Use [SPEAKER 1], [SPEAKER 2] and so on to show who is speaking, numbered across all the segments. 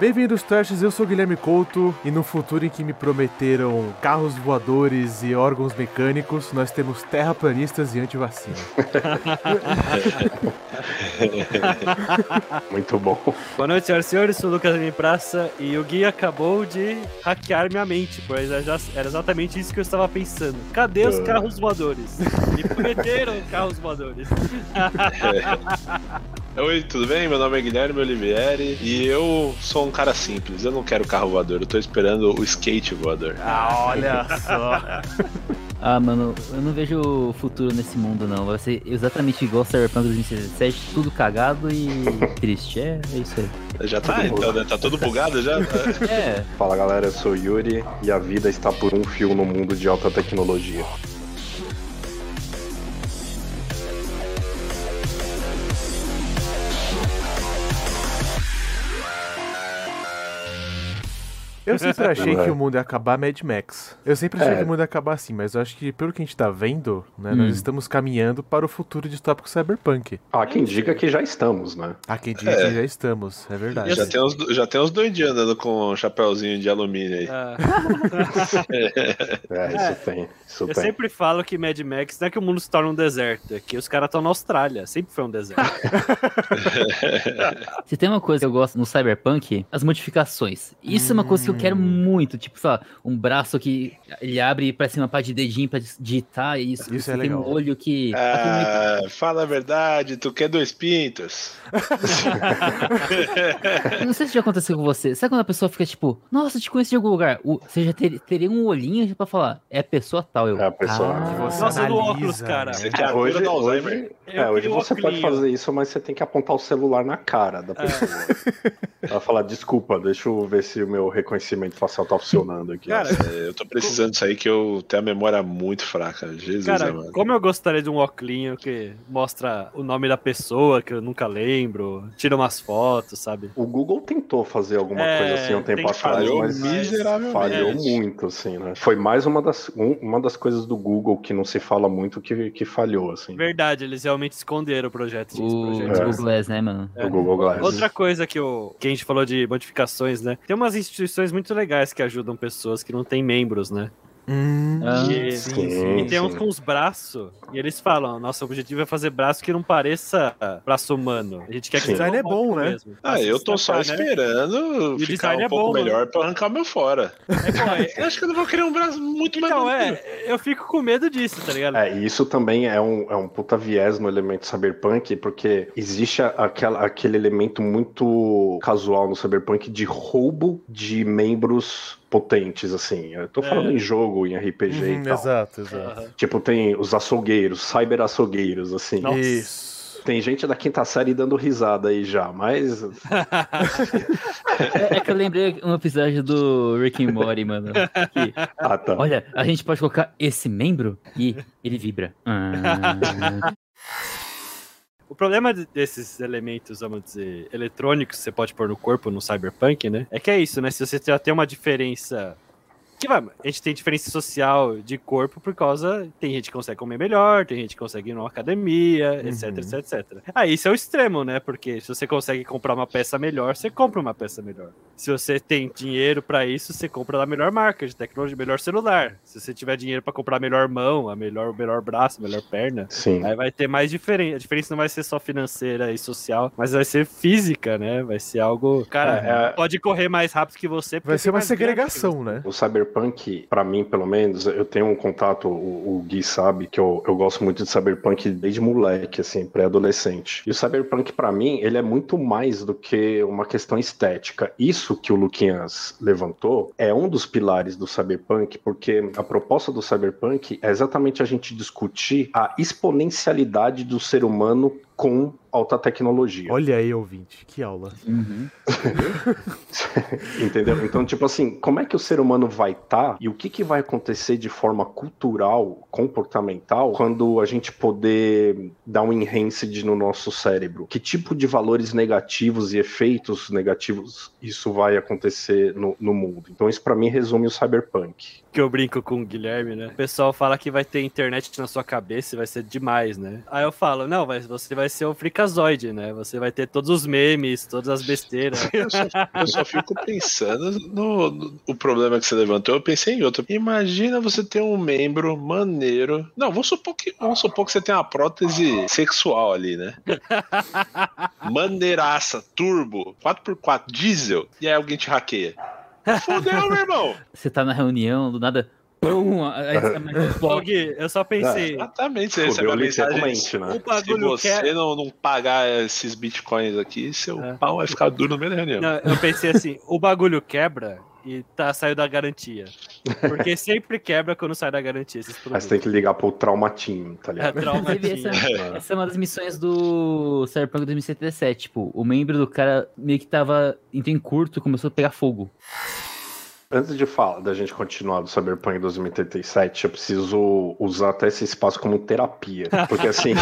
[SPEAKER 1] Bem-vindos, Trashers. Eu sou o Guilherme Couto e no futuro em que me prometeram carros voadores e órgãos mecânicos, nós temos terraplanistas e antivacina.
[SPEAKER 2] Muito bom.
[SPEAKER 3] Boa noite, senhoras e senhores. Sou o Lucas Lima Praça e o Gui acabou de hackear minha mente, pois era já- era exatamente isso que eu estava pensando. Cadê os
[SPEAKER 2] Ah.
[SPEAKER 3] carros voadores? Me prometeram carros voadores.
[SPEAKER 2] Oi, tudo bem? Meu nome é Guilherme Olivieri e eu sou um cara simples. Eu não quero carro voador, eu tô esperando o skate voador.
[SPEAKER 1] ah, olha só.
[SPEAKER 4] Ah, mano, eu não vejo futuro nesse mundo, não. Vai ser exatamente igual Cyberpunk 2077, tudo cagado e triste. É, é isso aí.
[SPEAKER 2] Já tá,
[SPEAKER 5] Ah,
[SPEAKER 2] então, né? tá todo bugado já?
[SPEAKER 4] É,
[SPEAKER 5] Fala galera, eu sou o Yuri e a vida está por um fio no mundo de alta tecnologia.
[SPEAKER 1] Eu sempre achei
[SPEAKER 5] Ué.
[SPEAKER 1] que o mundo ia acabar Mad Max. Eu sempre achei
[SPEAKER 5] É.
[SPEAKER 1] que o mundo ia acabar assim, mas eu acho que pelo que a gente tá vendo, né, nós estamos caminhando para o futuro distópico cyberpunk.
[SPEAKER 5] Ah, quem diga que já estamos, né?
[SPEAKER 1] Ah, quem diz que já estamos, é verdade.
[SPEAKER 2] Já tem, uns, já tem uns doidinhos andando com um chapéuzinho de alumínio aí.
[SPEAKER 3] Ah,
[SPEAKER 5] É,
[SPEAKER 3] É.
[SPEAKER 5] isso tem, isso
[SPEAKER 3] eu
[SPEAKER 5] tem.
[SPEAKER 3] sempre falo que Mad Max não é que o mundo se torna um deserto, é que os caras estão na Austrália. Sempre foi um deserto.
[SPEAKER 4] se tem uma coisa que eu gosto no Cyberpunk, as modificações. Isso é uma coisa que eu
[SPEAKER 1] Hum.
[SPEAKER 4] quero muito, tipo, sei lá, um braço que ele abre pra cima, parte de dedinho pra digitar, e isso.
[SPEAKER 1] Isso é
[SPEAKER 4] tem
[SPEAKER 1] legal. É.
[SPEAKER 4] um olho que...
[SPEAKER 2] Ah, fala a verdade, tu quer dois pintos?
[SPEAKER 4] Eu Não sei se já aconteceu com você. Sabe quando a pessoa fica tipo, nossa, te conheço de algum lugar? O- Você já ter- teria um olhinho pra falar, é a pessoa tal. Eu,
[SPEAKER 5] É a pessoa.
[SPEAKER 4] "Ah,
[SPEAKER 1] Você
[SPEAKER 3] Nossa, no
[SPEAKER 1] analisa,
[SPEAKER 3] óculos, cara.
[SPEAKER 1] né?
[SPEAKER 2] Você
[SPEAKER 5] É,
[SPEAKER 2] quer a cura
[SPEAKER 5] hoje,
[SPEAKER 2] do Alzheimer?
[SPEAKER 5] hoje,
[SPEAKER 3] Eu um
[SPEAKER 5] é, hoje
[SPEAKER 3] tenho
[SPEAKER 5] você pode
[SPEAKER 3] óculinho.
[SPEAKER 5] fazer isso, mas você tem que apontar o celular na cara da pessoa. Ela fala, desculpa, deixa eu ver se o meu reconhecimento facial tá funcionando aqui.
[SPEAKER 3] Cara,
[SPEAKER 2] É, Eu tô precisando sair que eu tenho a memória muito fraca. Jesus,
[SPEAKER 3] Cara,
[SPEAKER 2] amado.
[SPEAKER 3] como eu gostaria de um óculinho que mostra o nome da pessoa que eu nunca lembro, tira umas fotos, sabe?
[SPEAKER 5] O Google tentou fazer alguma
[SPEAKER 3] É,
[SPEAKER 5] coisa assim há um tempo
[SPEAKER 3] tem que é.
[SPEAKER 5] atrás,
[SPEAKER 2] falhou
[SPEAKER 5] mas
[SPEAKER 2] miseravelmente.
[SPEAKER 5] falhou muito, assim, né? Foi mais uma das, um- uma das coisas do Google que não se fala muito que, que falhou, assim.
[SPEAKER 3] Verdade, eles realmente esconderam o projeto. gente, esse
[SPEAKER 4] O
[SPEAKER 3] projeto.
[SPEAKER 4] Google Glass, né, mano?
[SPEAKER 3] É.
[SPEAKER 5] O Google Glass.
[SPEAKER 3] Outra coisa que, o, que a gente falou de modificações, né? Tem umas instituições muito legais que ajudam pessoas que não têm membros, né?
[SPEAKER 1] Hum,
[SPEAKER 4] Ah,
[SPEAKER 3] E-
[SPEAKER 1] sim,
[SPEAKER 3] E
[SPEAKER 1] sim.
[SPEAKER 3] tem uns
[SPEAKER 5] sim.
[SPEAKER 3] com os braços, e eles falam: nosso objetivo é fazer braço que não pareça braço humano. A gente quer que
[SPEAKER 5] Sim.
[SPEAKER 3] seja
[SPEAKER 1] Design é bom,
[SPEAKER 3] robótico
[SPEAKER 1] né?
[SPEAKER 3] mesmo.
[SPEAKER 2] Ah, eu tô só
[SPEAKER 3] Né?
[SPEAKER 2] esperando
[SPEAKER 3] E o
[SPEAKER 2] ficar
[SPEAKER 3] design
[SPEAKER 2] um
[SPEAKER 3] é
[SPEAKER 2] pouco
[SPEAKER 3] bom, né?
[SPEAKER 2] melhor pra arrancar meu fora.
[SPEAKER 3] É, pô, é-
[SPEAKER 2] Eu acho que eu não vou criar um braço muito mais
[SPEAKER 3] Então,
[SPEAKER 2] bonito.
[SPEAKER 3] é, eu fico com medo disso, tá ligado?
[SPEAKER 5] É, e isso também é um, é um puta viés no elemento cyberpunk, porque existe a- aquela- aquele elemento muito casual no cyberpunk de roubo de membros potentes, assim. Eu tô falando
[SPEAKER 3] É.
[SPEAKER 5] em jogo, em RPG
[SPEAKER 1] Uhum,
[SPEAKER 5] e tal.
[SPEAKER 1] Exato, exato.
[SPEAKER 3] Aham.
[SPEAKER 5] Tipo, tem os açougueiros, cyber açougueiros, assim.
[SPEAKER 3] Nossa.
[SPEAKER 1] Isso.
[SPEAKER 5] Tem gente da quinta série dando risada aí já, mas
[SPEAKER 4] É, é que eu lembrei um episódio do Rick and Morty, mano. que,
[SPEAKER 5] ah, tá.
[SPEAKER 4] olha, a gente pode colocar esse membro e ele vibra. Ah,
[SPEAKER 3] O problema de- desses elementos, vamos dizer, eletrônicos que você pode pôr no corpo no cyberpunk, né? É que é isso, né? Se você já tem uma diferença. Que vai, a gente tem diferença social de corpo por causa. Tem gente que consegue comer melhor, tem gente que consegue ir numa academia, etc,
[SPEAKER 1] Uhum.
[SPEAKER 3] etc, etc. Aí isso é o extremo, né? Porque se você consegue comprar uma peça melhor, você compra uma peça melhor. Se você tem dinheiro pra isso, você compra da melhor marca de tecnologia, melhor celular. Se você tiver dinheiro pra comprar a melhor mão, a melhor, o melhor braço, a melhor perna,
[SPEAKER 5] Sim.
[SPEAKER 3] Aí vai ter mais diferença. A diferença não vai ser só financeira e social, mas vai ser física, né? Vai ser algo. Cara,
[SPEAKER 5] É, é-
[SPEAKER 3] pode correr mais rápido que você. porque
[SPEAKER 1] Vai ser
[SPEAKER 3] tem
[SPEAKER 1] uma
[SPEAKER 3] mais grana que
[SPEAKER 1] segregação, né?
[SPEAKER 5] O Cyberpunk, pra mim, pelo menos, eu tenho um contato, o, o Gui sabe, que eu, eu gosto muito de Cyberpunk desde moleque, assim, pré-adolescente. E o Cyberpunk, pra mim, ele é muito mais do que uma questão estética. Isso que o Luquinhas levantou é um dos pilares do Cyberpunk, porque a proposta do Cyberpunk é exatamente a gente discutir a exponencialidade do ser humano com alta tecnologia.
[SPEAKER 1] Olha aí, ouvinte, que aula.
[SPEAKER 4] uhum.
[SPEAKER 5] Entendeu? Então, tipo assim, como é que o ser humano vai estar e o que, que vai acontecer de forma cultural, comportamental, quando a gente poder dar um enhanced no nosso cérebro? Que tipo de valores negativos e efeitos negativos isso vai acontecer no, no mundo? Então, isso pra mim resume o cyberpunk.
[SPEAKER 3] Que eu brinco com o Guilherme, né? O pessoal fala que vai ter internet na sua cabeça e vai ser demais, né? Aí eu falo, não, mas você vai ser o Freakazoid, né? Você vai ter todos os memes, todas as besteiras.
[SPEAKER 2] Eu só, eu só fico pensando no, no- o problema que você levantou, eu pensei em outro. Imagina você ter um membro maneiro. Não, vamos supor que, vamos supor que você tem uma prótese sexual ali, né? Maneiraça, turbo, 4x4, diesel, e aí alguém te hackeia. Fudeu, meu irmão!
[SPEAKER 4] Você tá na reunião, do nada. Pum! a- a- a máquina explode.
[SPEAKER 3] Gui, eu só pensei,
[SPEAKER 2] Exatamente, você recebe
[SPEAKER 5] Fudeu
[SPEAKER 2] a mensagem.
[SPEAKER 5] literalmente, né?
[SPEAKER 3] o
[SPEAKER 2] Se
[SPEAKER 3] bagulho
[SPEAKER 2] você
[SPEAKER 3] quer...
[SPEAKER 2] não, não pagar esses bitcoins aqui, seu
[SPEAKER 3] É.
[SPEAKER 2] pau vai ficar duro no meio da reunião.
[SPEAKER 3] Não, eu pensei assim, o bagulho quebra e tá, saiu da garantia. Porque sempre quebra quando sai da garantia esses
[SPEAKER 5] Mas
[SPEAKER 3] produtos.
[SPEAKER 5] tem que ligar pro traumatinho, tá
[SPEAKER 3] É
[SPEAKER 5] ligado?
[SPEAKER 4] Inclusive,
[SPEAKER 3] traumatinho.
[SPEAKER 4] essa, essa é uma das missões do Cyberpunk 2077. Tipo, o membro do cara meio que tava indo em curto começou a pegar fogo.
[SPEAKER 5] Antes de falar, da gente continuar do Cyberpunk 2087, eu preciso usar até esse espaço como terapia. Porque, assim,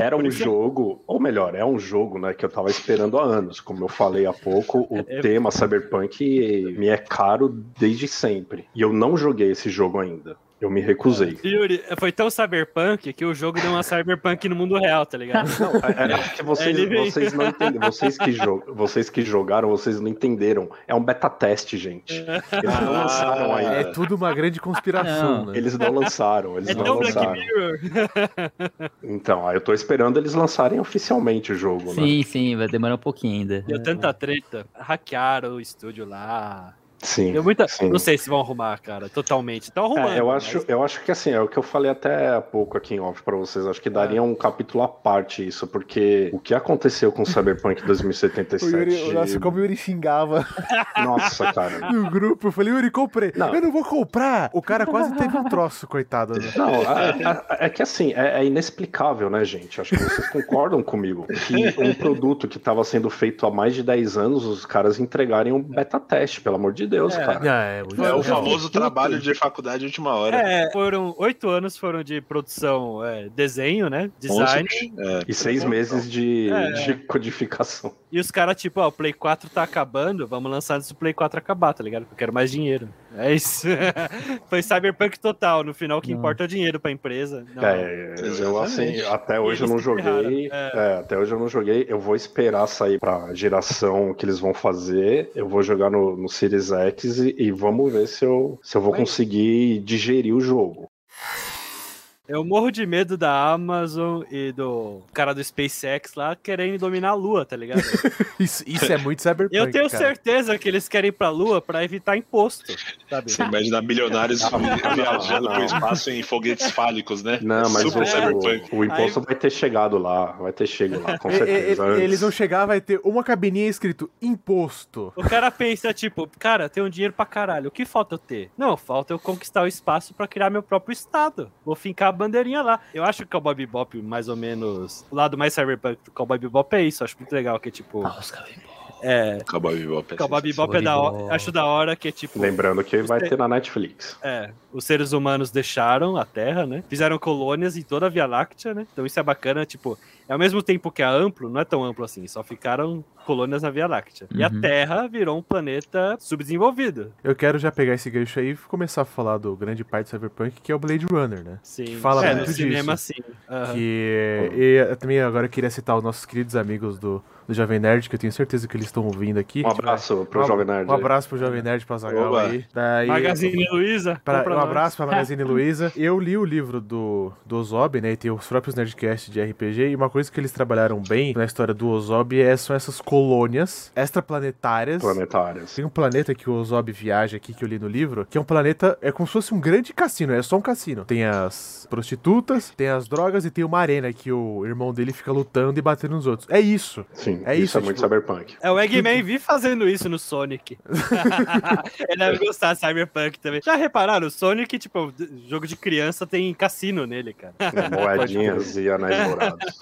[SPEAKER 5] era um jogo, ou melhor, é um jogo, né, que eu tava esperando há anos. Como eu falei há pouco, o
[SPEAKER 3] É-
[SPEAKER 5] tema Cyberpunk me é caro desde sempre. E eu não joguei esse jogo ainda. Eu me recusei.
[SPEAKER 3] Yuri, foi tão cyberpunk que o jogo deu uma cyberpunk no mundo real, tá ligado?
[SPEAKER 5] Não, é, é porque vocês,
[SPEAKER 3] Ele vem-
[SPEAKER 5] vocês não entendem. Vocês que, jo- vocês que jogaram, vocês não entenderam. É um beta teste, gente. Eles não lançaram
[SPEAKER 2] Ah,
[SPEAKER 5] ainda.
[SPEAKER 2] é.
[SPEAKER 1] É tudo uma grande conspiração,
[SPEAKER 4] Não,
[SPEAKER 1] né?
[SPEAKER 5] Eles não lançaram, eles
[SPEAKER 3] É
[SPEAKER 5] não
[SPEAKER 3] tão Black
[SPEAKER 5] lançaram.
[SPEAKER 3] Mirror.
[SPEAKER 5] Então, aí eu tô esperando eles lançarem oficialmente o jogo, né?
[SPEAKER 4] Sim, sim, vai demorar um pouquinho ainda.
[SPEAKER 3] Deu tanta treta. Hackearam o estúdio lá.
[SPEAKER 5] Sim.
[SPEAKER 3] Deu muita.
[SPEAKER 5] sim.
[SPEAKER 3] Não sei se vão arrumar, cara. Totalmente. Estão arrumando.
[SPEAKER 5] É, eu, acho, eu acho que assim, é o que eu falei até há pouco aqui em off pra vocês. Acho que daria um capítulo à parte isso, porque o que aconteceu com o Cyberpunk 2077.
[SPEAKER 1] nossa, como o Yuri xingava
[SPEAKER 5] Nossa, cara.
[SPEAKER 1] no grupo. Eu falei, Yuri, comprei.
[SPEAKER 5] Não.
[SPEAKER 1] Eu não vou comprar. O cara quase teve um troço, coitado. Né?
[SPEAKER 5] Não, a- a- é que assim, é, é inexplicável, né, gente? Acho que vocês concordam comigo que um produto que tava sendo feito há mais de 10 anos, os caras entregarem um beta teste, pelo amor de Deus,
[SPEAKER 3] É.
[SPEAKER 5] cara.
[SPEAKER 1] É, é, muito
[SPEAKER 2] É o
[SPEAKER 1] legal.
[SPEAKER 2] famoso trabalho de faculdade de última hora.
[SPEAKER 3] É, foram oito anos foram de produção, é, desenho, né? Design.
[SPEAKER 2] É.
[SPEAKER 5] E seis meses de,
[SPEAKER 3] É.
[SPEAKER 5] de codificação.
[SPEAKER 3] E os caras, tipo, ó, o Play 4 tá acabando, vamos lançar antes do Play 4 acabar, tá ligado? Porque eu quero mais dinheiro. É isso. Foi Cyberpunk total. No final, o que
[SPEAKER 4] Não.
[SPEAKER 3] importa é o dinheiro pra empresa. Não.
[SPEAKER 5] É, eu assim,
[SPEAKER 2] Exatamente.
[SPEAKER 5] até
[SPEAKER 3] Eles
[SPEAKER 5] hoje eu não joguei.
[SPEAKER 3] erraram, é.
[SPEAKER 5] é, até hoje eu não joguei. Eu vou esperar sair pra geração que eles vão fazer. Eu vou jogar no, no Series X e, e vamos ver se eu, se eu vou
[SPEAKER 3] Vai.
[SPEAKER 5] conseguir digerir o jogo.
[SPEAKER 3] Eu morro de medo da Amazon e do cara do SpaceX lá querendo dominar a Lua, tá ligado?
[SPEAKER 1] Isso, isso é muito cyberpunk.
[SPEAKER 3] Eu tenho
[SPEAKER 1] cara.
[SPEAKER 3] certeza que eles querem ir pra Lua pra evitar imposto, sabe?
[SPEAKER 2] Você imagina bilionários
[SPEAKER 3] Ah,
[SPEAKER 2] vi- viajando
[SPEAKER 5] não.
[SPEAKER 2] pro espaço em foguetes fálicos, né?
[SPEAKER 5] Não, mas
[SPEAKER 2] Super cyberpunk.
[SPEAKER 5] o, o imposto vai ter chegado lá. Vai ter chego lá, com
[SPEAKER 1] E- e-
[SPEAKER 5] certeza.
[SPEAKER 1] e-
[SPEAKER 5] antes.
[SPEAKER 1] eles vão chegar, vai ter uma cabininha escrito imposto.
[SPEAKER 3] O cara pensa, tipo, cara, eu tenho dinheiro pra caralho, o que falta eu ter? Não, falta eu conquistar o espaço pra criar meu próprio estado. Vou fincar a bandeirinha lá. Eu acho que o Cowboy Bebop, mais ou menos, o lado mais cyberpunk do Cowboy Bebop é isso. Acho muito legal que, tipo,
[SPEAKER 4] Ah, os caras-
[SPEAKER 3] é...
[SPEAKER 2] Cowboy Bebop. é
[SPEAKER 3] Cowboy
[SPEAKER 2] sensacional.
[SPEAKER 3] Bebop é da hora, acho da hora que, tipo,
[SPEAKER 5] Lembrando que vai ter na Netflix.
[SPEAKER 3] É, os seres humanos deixaram a Terra, né? Fizeram colônias em toda a Via Láctea, né? Então isso é bacana, tipo, é ao mesmo tempo que é amplo, não é tão amplo assim, só ficaram colônias na Via Láctea. E a
[SPEAKER 4] Uhum.
[SPEAKER 3] Terra virou um planeta subdesenvolvido.
[SPEAKER 1] Eu quero já pegar esse gancho aí e começar a falar do grande pai do cyberpunk, que é o Blade Runner, né?
[SPEAKER 3] Sim.
[SPEAKER 1] Fala
[SPEAKER 3] é,
[SPEAKER 1] muito
[SPEAKER 3] no
[SPEAKER 1] disso.
[SPEAKER 3] cinema sim.
[SPEAKER 5] Ah.
[SPEAKER 3] Aham.
[SPEAKER 1] Que e eu também agora queria citar os nossos queridos amigos do, do Jovem Nerd, que eu tenho certeza que eles estão ouvindo aqui.
[SPEAKER 5] Um abraço pro
[SPEAKER 1] Um ab-
[SPEAKER 5] Jovem Nerd.
[SPEAKER 1] Um abraço pro Jovem Nerd, pra Zagal
[SPEAKER 2] Oba.
[SPEAKER 1] aí. Daí-
[SPEAKER 3] Magazine Luiza,
[SPEAKER 1] Pra-
[SPEAKER 3] compra
[SPEAKER 1] um
[SPEAKER 3] nós.
[SPEAKER 1] abraço pra Magazine Luiza. Eu li o livro do, do Ozob, né? E tem os próprios Nerdcasts de RPG. E uma coisa que eles trabalharam bem na história do Ozob é, são essas colônias extraplanetárias.
[SPEAKER 5] Planetárias.
[SPEAKER 1] Tem um planeta que o Ozob viaja aqui, que eu li no livro, que é um planeta, é como se fosse um grande cassino, é só um cassino. Tem as prostitutas, tem as drogas e tem uma arena que o irmão dele fica lutando e batendo nos outros. É isso.
[SPEAKER 5] Sim,
[SPEAKER 1] É
[SPEAKER 5] isso,
[SPEAKER 1] isso,
[SPEAKER 5] é muito
[SPEAKER 1] tipo-
[SPEAKER 5] cyberpunk.
[SPEAKER 3] É, o Eggman vi fazendo isso no Sonic. Ele deve gostar de Cyberpunk também. Já repararam? O Sonic, tipo, jogo de criança tem cassino nele, cara.
[SPEAKER 5] Né, Moedinhas e anéis dourados.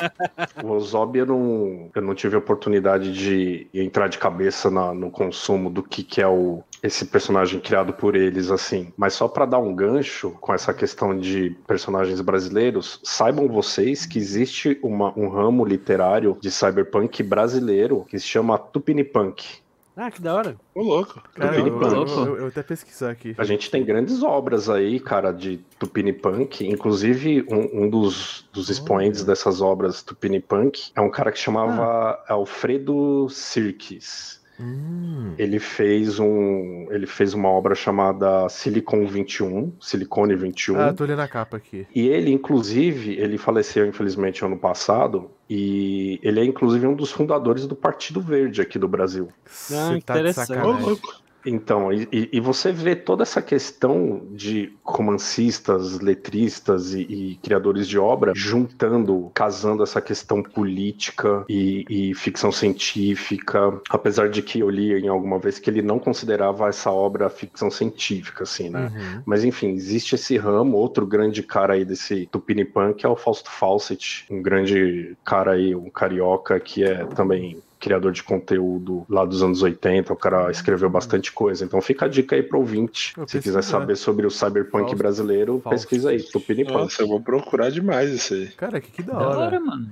[SPEAKER 5] O Ozob, eu não, eu não tive a oportunidade de entrar de cabeça na- no consumo do que, que é o, esse personagem criado por eles, assim. Mas só pra dar um gancho com essa questão de personagens brasileiros, saibam vocês que existe uma- um ramo literário de cyberpunk brasileiro que se chama Tupinipunk.
[SPEAKER 3] Ah, que da hora.
[SPEAKER 2] Ô, louco.
[SPEAKER 1] Cara, eu,
[SPEAKER 5] Tupiniquim.
[SPEAKER 1] eu, eu, eu vou até pesquisar aqui.
[SPEAKER 5] A gente tem grandes obras aí, cara, de Tupinipunk. Inclusive, um, um dos, dos expoentes dessas obras Tupinipunk é um cara que chamava
[SPEAKER 1] Ah.
[SPEAKER 5] Alfredo Sirkis.
[SPEAKER 1] Hum,
[SPEAKER 5] Ele fez, um, ele fez uma obra chamada Silicon 21, Silicone 21.
[SPEAKER 1] Ah, tô olhando a capa aqui.
[SPEAKER 5] E ele, inclusive, ele faleceu, infelizmente, ano passado, e ele é, inclusive, um dos fundadores do Partido Verde aqui do Brasil.
[SPEAKER 1] Você tá de
[SPEAKER 3] Ah, interessante.
[SPEAKER 2] Ô,
[SPEAKER 1] sacanagem.
[SPEAKER 2] louco.
[SPEAKER 5] Então, e, e- e você vê toda essa questão de romancistas, letristas e, e criadores de obra juntando, casando essa questão política e, e ficção científica, apesar de que eu li em alguma vez que ele não considerava essa obra ficção científica, assim, né?
[SPEAKER 1] Uhum.
[SPEAKER 5] Mas enfim, existe esse ramo, outro grande cara aí desse Tupinipan, que é o Fausto Fawcett, um grande cara aí, um carioca, que é também criador de conteúdo lá dos anos 80, o cara escreveu bastante coisa. Então fica a dica aí pro ouvinte,
[SPEAKER 1] Eu
[SPEAKER 5] se
[SPEAKER 1] pesquisar.
[SPEAKER 5] quiser
[SPEAKER 3] é.
[SPEAKER 5] saber sobre o cyberpunk
[SPEAKER 1] Fausto-
[SPEAKER 5] brasileiro,
[SPEAKER 1] Fausto.
[SPEAKER 5] pesquisa aí, Tupinipan.
[SPEAKER 2] Nossa, eu vou procurar demais isso aí.
[SPEAKER 1] Cara, que, que da
[SPEAKER 4] Da
[SPEAKER 1] hora.
[SPEAKER 4] hora, mano.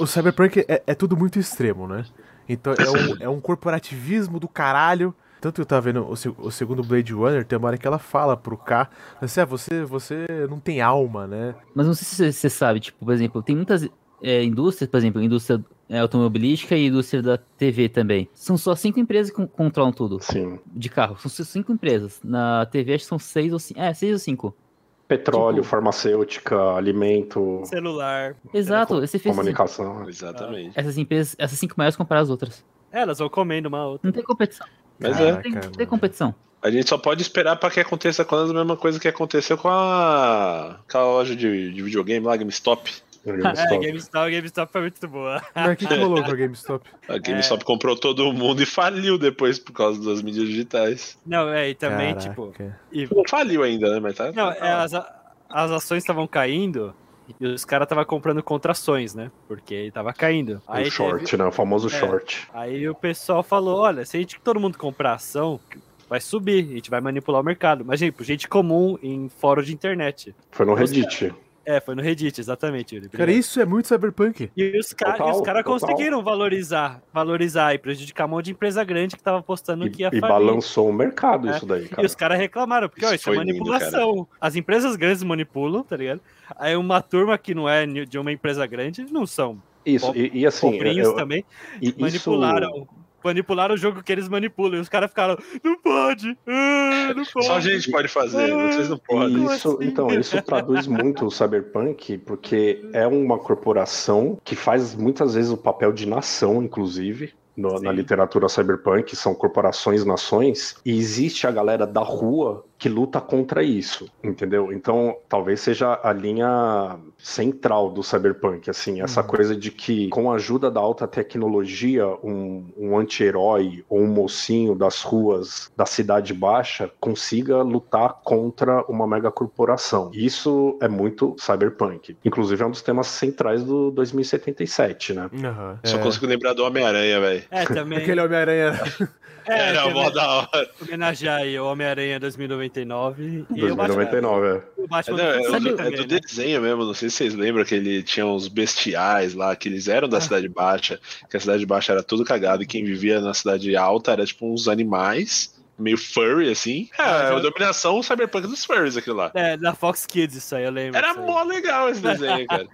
[SPEAKER 1] O cyberpunk é, é tudo muito extremo, né? Então é um, é um corporativismo do caralho. Tanto que eu tava vendo o, se- o segundo Blade Runner, tem uma hora que ela fala pro K, assim, ah, você, você não tem alma, né?
[SPEAKER 4] Mas não sei se você- você sabe, tipo, por exemplo, tem muitas é, indústrias, por exemplo, indústria é, automobilística e indústria da TV também. São só cinco empresas que con- controlam tudo,
[SPEAKER 5] Sim.
[SPEAKER 4] de carro. São c- cinco empresas. Na TV acho que são seis ou cinco. É, seis ou cinco.
[SPEAKER 5] Petróleo,
[SPEAKER 4] Tipo-
[SPEAKER 5] farmacêutica, alimento,
[SPEAKER 3] Celular.
[SPEAKER 4] Exato, você fez
[SPEAKER 5] comunicação.
[SPEAKER 2] Exatamente.
[SPEAKER 4] essas empresas, essas cinco maiores comparar as outras.
[SPEAKER 3] É, elas vão comendo uma outra.
[SPEAKER 4] Não tem competição.
[SPEAKER 2] Mas
[SPEAKER 1] Caraca,
[SPEAKER 4] Não tem, não tem
[SPEAKER 1] mano.
[SPEAKER 4] competição.
[SPEAKER 2] A gente só pode esperar pra que aconteça com elas a mesma coisa que aconteceu com a, com a loja de, de videogame lá, GameStop.
[SPEAKER 3] É,
[SPEAKER 5] GameStop.
[SPEAKER 3] GameStop, GameStop foi muito boa.
[SPEAKER 1] Mas o que, que rolou com a GameStop?
[SPEAKER 2] A
[SPEAKER 3] É.
[SPEAKER 2] GameStop comprou todo mundo e faliu depois por causa das mídias digitais.
[SPEAKER 3] Não, é, e também,
[SPEAKER 1] Caraca.
[SPEAKER 3] tipo.
[SPEAKER 2] Não faliu ainda, né? Mas tá.
[SPEAKER 3] Não,
[SPEAKER 2] tá-
[SPEAKER 3] é, as, a- as ações estavam caindo e os caras estavam comprando contra ações, né? Porque tava caindo.
[SPEAKER 5] O
[SPEAKER 3] Aí,
[SPEAKER 5] short,
[SPEAKER 3] teve-
[SPEAKER 5] né? O famoso
[SPEAKER 3] É.
[SPEAKER 5] short.
[SPEAKER 3] aí o pessoal falou: olha, se a gente todo mundo comprar ação, vai subir, a gente vai manipular o mercado. Mas, tipo, gente comum em fórum de internet.
[SPEAKER 5] Foi no
[SPEAKER 3] Você-
[SPEAKER 5] Reddit.
[SPEAKER 3] É, foi no Reddit, exatamente, Yuri.
[SPEAKER 1] Cara, isso é muito cyberpunk.
[SPEAKER 3] E os caras
[SPEAKER 5] Total,
[SPEAKER 3] cara
[SPEAKER 5] total.
[SPEAKER 3] conseguiram valorizar, valorizar e prejudicar um monte de empresa grande que tava postando
[SPEAKER 5] E,
[SPEAKER 3] que ia
[SPEAKER 5] e
[SPEAKER 3] falir.
[SPEAKER 5] balançou o mercado
[SPEAKER 3] É.
[SPEAKER 5] isso daí,
[SPEAKER 3] E
[SPEAKER 5] cara.
[SPEAKER 3] os caras reclamaram, porque ó,
[SPEAKER 2] Isso
[SPEAKER 3] isso é
[SPEAKER 2] foi lindo,
[SPEAKER 3] manipulação. As empresas grandes manipulam, tá ligado? Aí uma turma que não é ni- de uma empresa grande, não são
[SPEAKER 5] Isso, e, e assim,
[SPEAKER 3] pobrinhos
[SPEAKER 5] eu-
[SPEAKER 3] também,
[SPEAKER 5] e isso-
[SPEAKER 3] manipularam. Manipularam o jogo que eles manipulam. E os caras ficaram, não pode! ah, não pode!
[SPEAKER 2] Só a gente pode fazer, vocês não podem.
[SPEAKER 3] Como
[SPEAKER 5] Isso,
[SPEAKER 3] assim?
[SPEAKER 5] então, isso traduz muito o cyberpunk, porque é uma corporação que faz muitas vezes o papel de nação, inclusive, no- na
[SPEAKER 3] Sim.
[SPEAKER 5] literatura cyberpunk, são corporações, nações, e existe a galera da rua que luta contra isso, entendeu? Então, talvez seja a linha central do cyberpunk, assim, essa
[SPEAKER 1] Uhum.
[SPEAKER 5] coisa de que, com a ajuda da alta tecnologia, um, um anti-herói ou um mocinho das ruas da cidade baixa consiga lutar contra uma megacorporação. Isso é muito cyberpunk. Inclusive, é um dos temas centrais do 2077, né?
[SPEAKER 1] Aham.
[SPEAKER 2] Só consigo lembrar do Homem-Aranha, velho.
[SPEAKER 3] É, também.
[SPEAKER 1] É. Aquele Homem-Aranha.
[SPEAKER 3] é,
[SPEAKER 2] Era
[SPEAKER 3] também
[SPEAKER 2] mó da hora.
[SPEAKER 3] homenagear aí o Homem-Aranha 2099 e o Batman-
[SPEAKER 5] 2099, é.
[SPEAKER 3] Tipo, o Batman
[SPEAKER 2] Não, é,
[SPEAKER 3] do
[SPEAKER 2] é
[SPEAKER 3] futuro
[SPEAKER 2] do, é do
[SPEAKER 3] também, né?
[SPEAKER 2] desenho mesmo, não sei se vocês lembram que ele tinha uns bestiais lá, que eles eram
[SPEAKER 3] Ah.
[SPEAKER 2] da Cidade Baixa, que a Cidade Baixa era tudo cagado e quem vivia na Cidade Alta era tipo uns animais, meio furry assim. É,
[SPEAKER 3] Ah,
[SPEAKER 2] a
[SPEAKER 3] já-
[SPEAKER 2] dominação cyberpunk dos furries aquilo lá.
[SPEAKER 3] É, da Fox Kids isso aí, eu lembro.
[SPEAKER 2] Era
[SPEAKER 3] disso aí.
[SPEAKER 2] mó legal esse desenho, cara.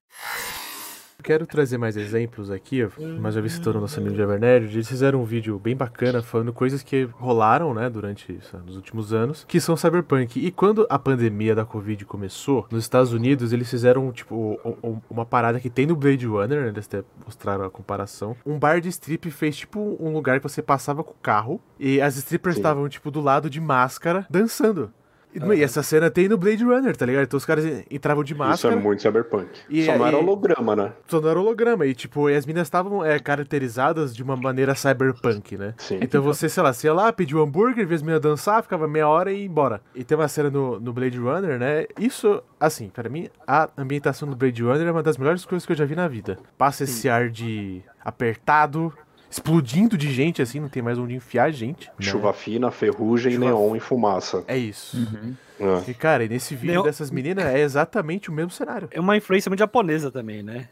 [SPEAKER 1] Quero trazer mais exemplos aqui, ó, mas eu vi citando o nosso amigo Jovem Nerd, eles fizeram um vídeo bem bacana falando coisas que rolaram, né, durante sei lá, nos últimos anos, que são cyberpunk. E quando a pandemia da Covid começou, nos Estados Unidos eles fizeram, tipo, um- um- uma parada que tem no Blade Runner, né, eles até mostraram a comparação. Um bar de strip fez, tipo, um lugar que você passava com o carro e as strippers
[SPEAKER 5] Sim.
[SPEAKER 1] estavam, tipo, do lado de máscara, dançando. E, e essa cena tem no Blade Runner, tá ligado? Então os caras entravam de
[SPEAKER 5] Isso
[SPEAKER 1] máscara.
[SPEAKER 5] é muito cyberpunk.
[SPEAKER 1] E-
[SPEAKER 5] Só não era
[SPEAKER 1] e-
[SPEAKER 5] holograma, né?
[SPEAKER 1] Só não era holograma. E, tipo, e as minas estavam é, caracterizadas de uma maneira cyberpunk, né?
[SPEAKER 5] Sim.
[SPEAKER 1] Então você, sei lá, você ia lá, pediu um hambúrguer, via as meninas dançar, ficava meia hora e ia embora. E tem uma cena no, no Blade Runner, né? Isso, assim, pra mim, a ambientação do Blade Runner é uma das melhores coisas que eu já vi na vida. Passa esse ar de apertado, explodindo de gente, assim, não tem mais onde enfiar gente.
[SPEAKER 2] Um
[SPEAKER 1] né?
[SPEAKER 5] Chuva fina, ferrugem,
[SPEAKER 1] Chuva-
[SPEAKER 5] neon e fumaça.
[SPEAKER 1] É isso.
[SPEAKER 4] Uhum.
[SPEAKER 5] É.
[SPEAKER 1] E, cara, e nesse vídeo
[SPEAKER 3] Meu-
[SPEAKER 1] dessas meninas é exatamente o mesmo cenário.
[SPEAKER 3] É uma influência muito japonesa também, né?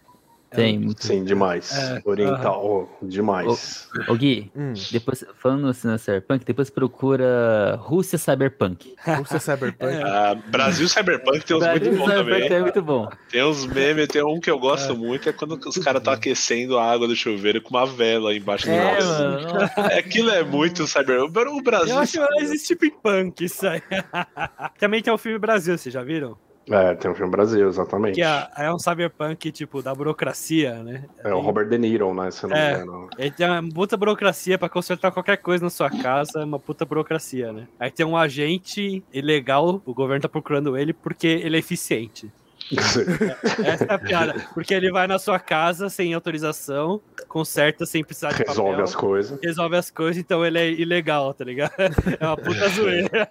[SPEAKER 4] Tem muito.
[SPEAKER 5] Sim, demais.
[SPEAKER 3] É,
[SPEAKER 5] Oriental, Oh, demais.
[SPEAKER 4] Ô Gui,
[SPEAKER 1] Hum,
[SPEAKER 4] depois, falando assim na Cyberpunk, depois procura Rússia Cyberpunk.
[SPEAKER 1] Rússia é Cyberpunk.
[SPEAKER 2] Ah, Brasil Cyberpunk tem uns
[SPEAKER 4] Brasil
[SPEAKER 2] muito bons também.
[SPEAKER 4] Cyberpunk é muito bom.
[SPEAKER 2] Tem uns memes, tem um que eu
[SPEAKER 3] Ah.
[SPEAKER 2] gosto muito, é quando os caras estão aquecendo a água do chuveiro com uma vela embaixo do
[SPEAKER 4] É,
[SPEAKER 2] braço.
[SPEAKER 4] mano. nossa.
[SPEAKER 2] Aquilo é muito cyberpunk. O Brasil.
[SPEAKER 3] Eu acho mais esse tipo em punk, isso aí. Também tem o filme Brasil, vocês já viram?
[SPEAKER 5] É, tem um filme Brasil, exatamente.
[SPEAKER 3] Que é, é um cyberpunk, tipo, da burocracia, né?
[SPEAKER 5] É o Robert De Niro, né? Se não
[SPEAKER 3] É.
[SPEAKER 5] me engano.
[SPEAKER 3] Ele tem uma puta burocracia pra consertar qualquer coisa na sua casa, é uma puta burocracia, né? Aí tem um agente ilegal, o governo tá procurando ele porque ele é eficiente. Essa é a piada. Porque ele vai na sua casa sem autorização, conserta sem precisar de
[SPEAKER 5] Resolve
[SPEAKER 3] papel,
[SPEAKER 5] as coisas.
[SPEAKER 3] resolve as coisas, então ele é ilegal, tá ligado? É uma puta zoeira.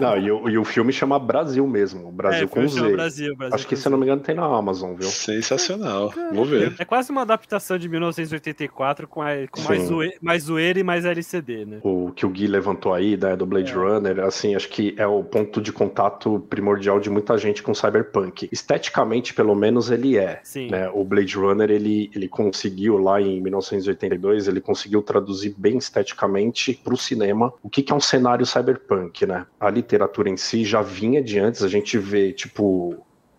[SPEAKER 5] Não, e, o, e o filme chama Brasil mesmo. Brasil
[SPEAKER 3] é,
[SPEAKER 5] com
[SPEAKER 3] chama
[SPEAKER 5] Z.
[SPEAKER 3] Brasil, Brasil
[SPEAKER 5] Acho que,
[SPEAKER 3] com
[SPEAKER 5] se eu não me engano, tem na Amazon, viu?
[SPEAKER 2] Sensacional. Vou ver.
[SPEAKER 3] É quase uma adaptação de 1984 com, a- com mais,
[SPEAKER 5] Sim.
[SPEAKER 3] zoe- mais zoeira e mais LCD, né?
[SPEAKER 5] O que o Gui levantou aí, né, do Blade
[SPEAKER 3] É.
[SPEAKER 5] Runner, assim, acho que é o ponto de contato primordial de muita gente com Cyberpunk. Esteticamente, pelo menos, ele é.
[SPEAKER 3] Sim.
[SPEAKER 5] né? O Blade Runner, ele, ele conseguiu lá em 1982, ele conseguiu traduzir bem esteticamente para o cinema o que, que é um cenário cyberpunk, né? A literatura em si já vinha de antes, a gente vê, tipo...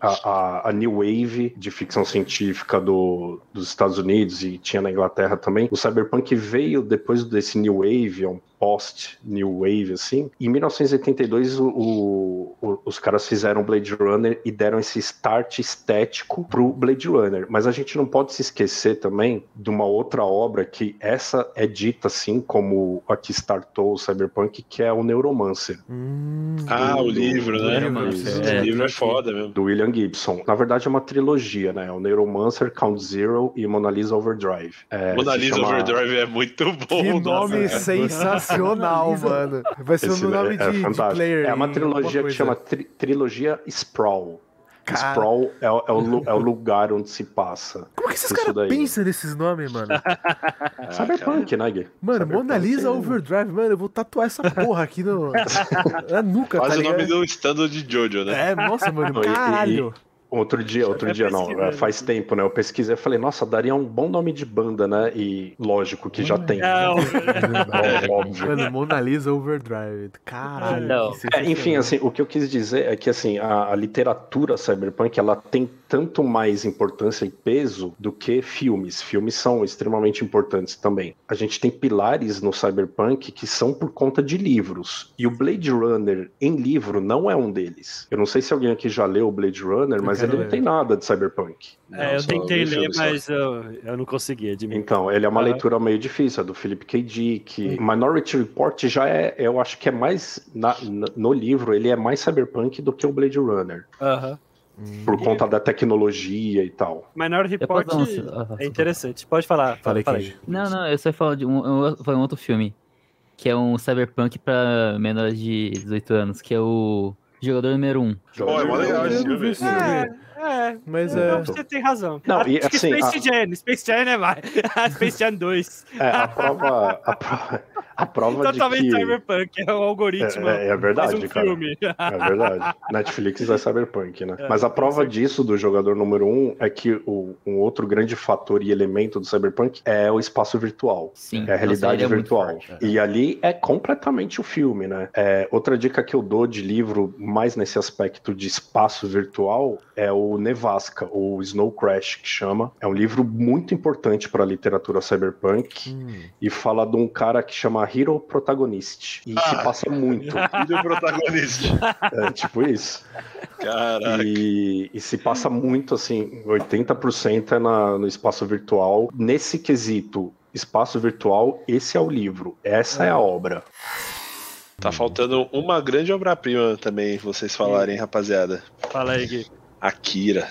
[SPEAKER 5] A, a- a New Wave de ficção científica do- dos Estados Unidos e tinha na Inglaterra também. O Cyberpunk veio depois desse New Wave, é um post-New Wave, assim. Em 1982, o- o- o- os caras fizeram Blade Runner e deram esse start estético pro Blade Runner. Mas a gente não pode se esquecer também de uma outra obra que essa é dita, assim, como a que startou o Cyberpunk, que é o Neuromancer.
[SPEAKER 1] Hum,
[SPEAKER 2] Ah, o
[SPEAKER 5] Do-
[SPEAKER 2] livro,
[SPEAKER 1] do
[SPEAKER 2] né?
[SPEAKER 1] Neuromancer.
[SPEAKER 2] O
[SPEAKER 4] É.
[SPEAKER 2] livro é foda mesmo.
[SPEAKER 5] do William Gibson. Na verdade, é uma trilogia, né? O Neuromancer, Count Zero e Mona Lisa Overdrive. É,
[SPEAKER 2] Mona
[SPEAKER 5] se
[SPEAKER 2] Lisa
[SPEAKER 5] chama-
[SPEAKER 2] Overdrive é muito bom.
[SPEAKER 1] Que
[SPEAKER 2] nossa,
[SPEAKER 1] nome
[SPEAKER 2] cara.
[SPEAKER 1] sensacional, mano. Vai ser
[SPEAKER 5] Esse
[SPEAKER 1] o nome
[SPEAKER 5] é-
[SPEAKER 1] de,
[SPEAKER 5] é
[SPEAKER 1] de
[SPEAKER 5] fantástico.
[SPEAKER 1] player.
[SPEAKER 5] É uma
[SPEAKER 1] em
[SPEAKER 5] trilogia
[SPEAKER 1] alguma
[SPEAKER 5] que chama
[SPEAKER 1] coisa.
[SPEAKER 5] tri- Trilogia Sprawl.
[SPEAKER 1] Cara.
[SPEAKER 5] Sprawl é, o- é o, lu- é o lugar onde se passa.
[SPEAKER 1] Como que esses
[SPEAKER 5] Isso
[SPEAKER 1] caras
[SPEAKER 5] daí.
[SPEAKER 1] pensam nesses nomes, mano?
[SPEAKER 2] Ah, cara.
[SPEAKER 5] Cyberpunk, né, Gui?
[SPEAKER 1] Mano,
[SPEAKER 5] Cyberpunk
[SPEAKER 1] Mona Lisa
[SPEAKER 5] é-
[SPEAKER 1] Overdrive, mano, eu vou tatuar essa porra aqui no, na nuca,
[SPEAKER 2] Quase
[SPEAKER 1] tá
[SPEAKER 2] o nome
[SPEAKER 1] ligado?
[SPEAKER 2] do stand de Jojo, né?
[SPEAKER 1] É, nossa, mano,
[SPEAKER 5] E- e-
[SPEAKER 1] caralho.
[SPEAKER 5] Outro dia, outro
[SPEAKER 3] Eu
[SPEAKER 5] dia não,
[SPEAKER 3] pesquisei.
[SPEAKER 5] é, faz tempo, né? Eu pesquisei e falei, nossa, daria um bom nome de banda, né? E lógico que já tem.
[SPEAKER 3] Não,
[SPEAKER 5] Ó- Óbvio.
[SPEAKER 1] Mano, Mona Lisa Overdrive, caralho.
[SPEAKER 4] Não.
[SPEAKER 1] que
[SPEAKER 5] É,
[SPEAKER 1] sensacional.
[SPEAKER 5] enfim, assim, o que eu quis dizer é que assim, a, a literatura cyberpunk ela tem tanto mais importância e peso do que filmes. Filmes são extremamente importantes também. A gente tem pilares no cyberpunk que são por conta de livros. E o Blade Runner em livro não é um deles. Eu não sei se alguém aqui já leu o Blade Runner, mas
[SPEAKER 1] quero
[SPEAKER 5] ele não
[SPEAKER 1] ler.
[SPEAKER 5] tem nada de cyberpunk.
[SPEAKER 3] É,
[SPEAKER 2] Não,
[SPEAKER 3] eu
[SPEAKER 2] só
[SPEAKER 3] tentei
[SPEAKER 2] vi
[SPEAKER 3] ler,
[SPEAKER 2] filme só.
[SPEAKER 3] mas eu, eu não consegui, admito.
[SPEAKER 5] Então, ele é uma
[SPEAKER 1] Ah.
[SPEAKER 3] Aham.
[SPEAKER 5] leitura meio difícil, é do Philip K. Dick.
[SPEAKER 1] Hum.
[SPEAKER 5] Minority Report já é, eu acho que é mais, na- na- no livro, ele é mais cyberpunk do que o Blade Runner.
[SPEAKER 3] Aham.
[SPEAKER 5] por conta da tecnologia e tal.
[SPEAKER 3] Minority
[SPEAKER 4] Eu posso
[SPEAKER 3] Report
[SPEAKER 4] dar um-
[SPEAKER 3] é interessante. Pode falar. fala-
[SPEAKER 1] Falei,
[SPEAKER 3] fala
[SPEAKER 5] é
[SPEAKER 1] Kenji.
[SPEAKER 4] Não, não, eu só ia falar de um, um- foi um outro filme, que é um cyberpunk pra menores de 18 anos, que é o Jogador Número 1.
[SPEAKER 2] Pô, é mó legal
[SPEAKER 1] Eu
[SPEAKER 2] esse
[SPEAKER 1] não vi
[SPEAKER 2] filme.
[SPEAKER 1] esse filme.
[SPEAKER 3] aí. É, é.
[SPEAKER 1] Mas é.
[SPEAKER 3] Não, você tem razão.
[SPEAKER 5] Não,
[SPEAKER 3] Acho
[SPEAKER 5] e
[SPEAKER 3] que
[SPEAKER 5] assim,
[SPEAKER 3] Space
[SPEAKER 5] a-
[SPEAKER 3] Jam, Space Jam é mais. Space Jam 2.
[SPEAKER 5] É, a prova, a prova, a prova de
[SPEAKER 3] Totalmente
[SPEAKER 5] que...
[SPEAKER 3] Então cyberpunk, é um algoritmo.
[SPEAKER 5] É, é, é verdade,
[SPEAKER 3] faz um
[SPEAKER 5] cara.
[SPEAKER 3] filme.
[SPEAKER 5] É verdade. Netflix é cyberpunk, né? Mas a prova disso do jogador número um é que o, um outro grande fator e elemento do cyberpunk é o espaço virtual.
[SPEAKER 4] Sim.
[SPEAKER 5] É a realidade
[SPEAKER 4] nossa, ele é muito
[SPEAKER 5] virtual.
[SPEAKER 4] forte.
[SPEAKER 5] e ali é completamente o filme, né? É, outra dica que eu dou de livro, mais nesse aspecto de espaço virtual, é o Nevasca, ou Snow Crash, que chama. É um livro muito importante para a literatura cyberpunk
[SPEAKER 1] Hum.
[SPEAKER 5] e fala de um cara que chama Hero Protagonist. E
[SPEAKER 2] Ah.
[SPEAKER 5] se passa muito.
[SPEAKER 2] E do protagonista.
[SPEAKER 5] É tipo isso.
[SPEAKER 2] Caraca.
[SPEAKER 5] E, e se passa muito assim, 80% é na, no espaço virtual. Nesse quesito, espaço virtual, esse é o livro, essa é a obra.
[SPEAKER 2] Tá faltando uma grande obra-prima também, vocês
[SPEAKER 3] Hum.
[SPEAKER 2] falarem, rapaziada.
[SPEAKER 3] Fala aí, Gui.
[SPEAKER 2] Akira.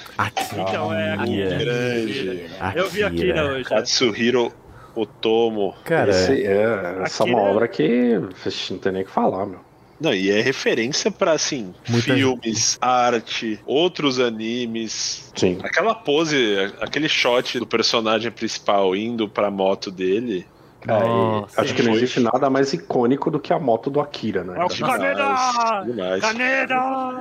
[SPEAKER 3] Então é aqui.
[SPEAKER 5] Ah,
[SPEAKER 1] Akira.
[SPEAKER 2] Grande.
[SPEAKER 3] Eu vi aqui
[SPEAKER 1] Hum, Akira.
[SPEAKER 3] na hoje.
[SPEAKER 2] Katsuhiro Otomo.
[SPEAKER 1] Cara,
[SPEAKER 5] né? Esse é, essa é uma
[SPEAKER 3] Aquele-
[SPEAKER 5] obra que vixe, não tem nem o que falar, meu.
[SPEAKER 2] Não, e é referência pra, assim,
[SPEAKER 1] Muita
[SPEAKER 2] filmes, arte, outros animes.
[SPEAKER 5] Sim.
[SPEAKER 2] Aquela pose, a- aquele shot do personagem principal indo pra moto dele.
[SPEAKER 4] Nossa.
[SPEAKER 5] Acho que não existe nada mais icônico do que a moto do Akira, né?
[SPEAKER 3] É o
[SPEAKER 5] cara?
[SPEAKER 3] Chicago. Caneda!
[SPEAKER 5] é.
[SPEAKER 2] demais.
[SPEAKER 3] Caneda!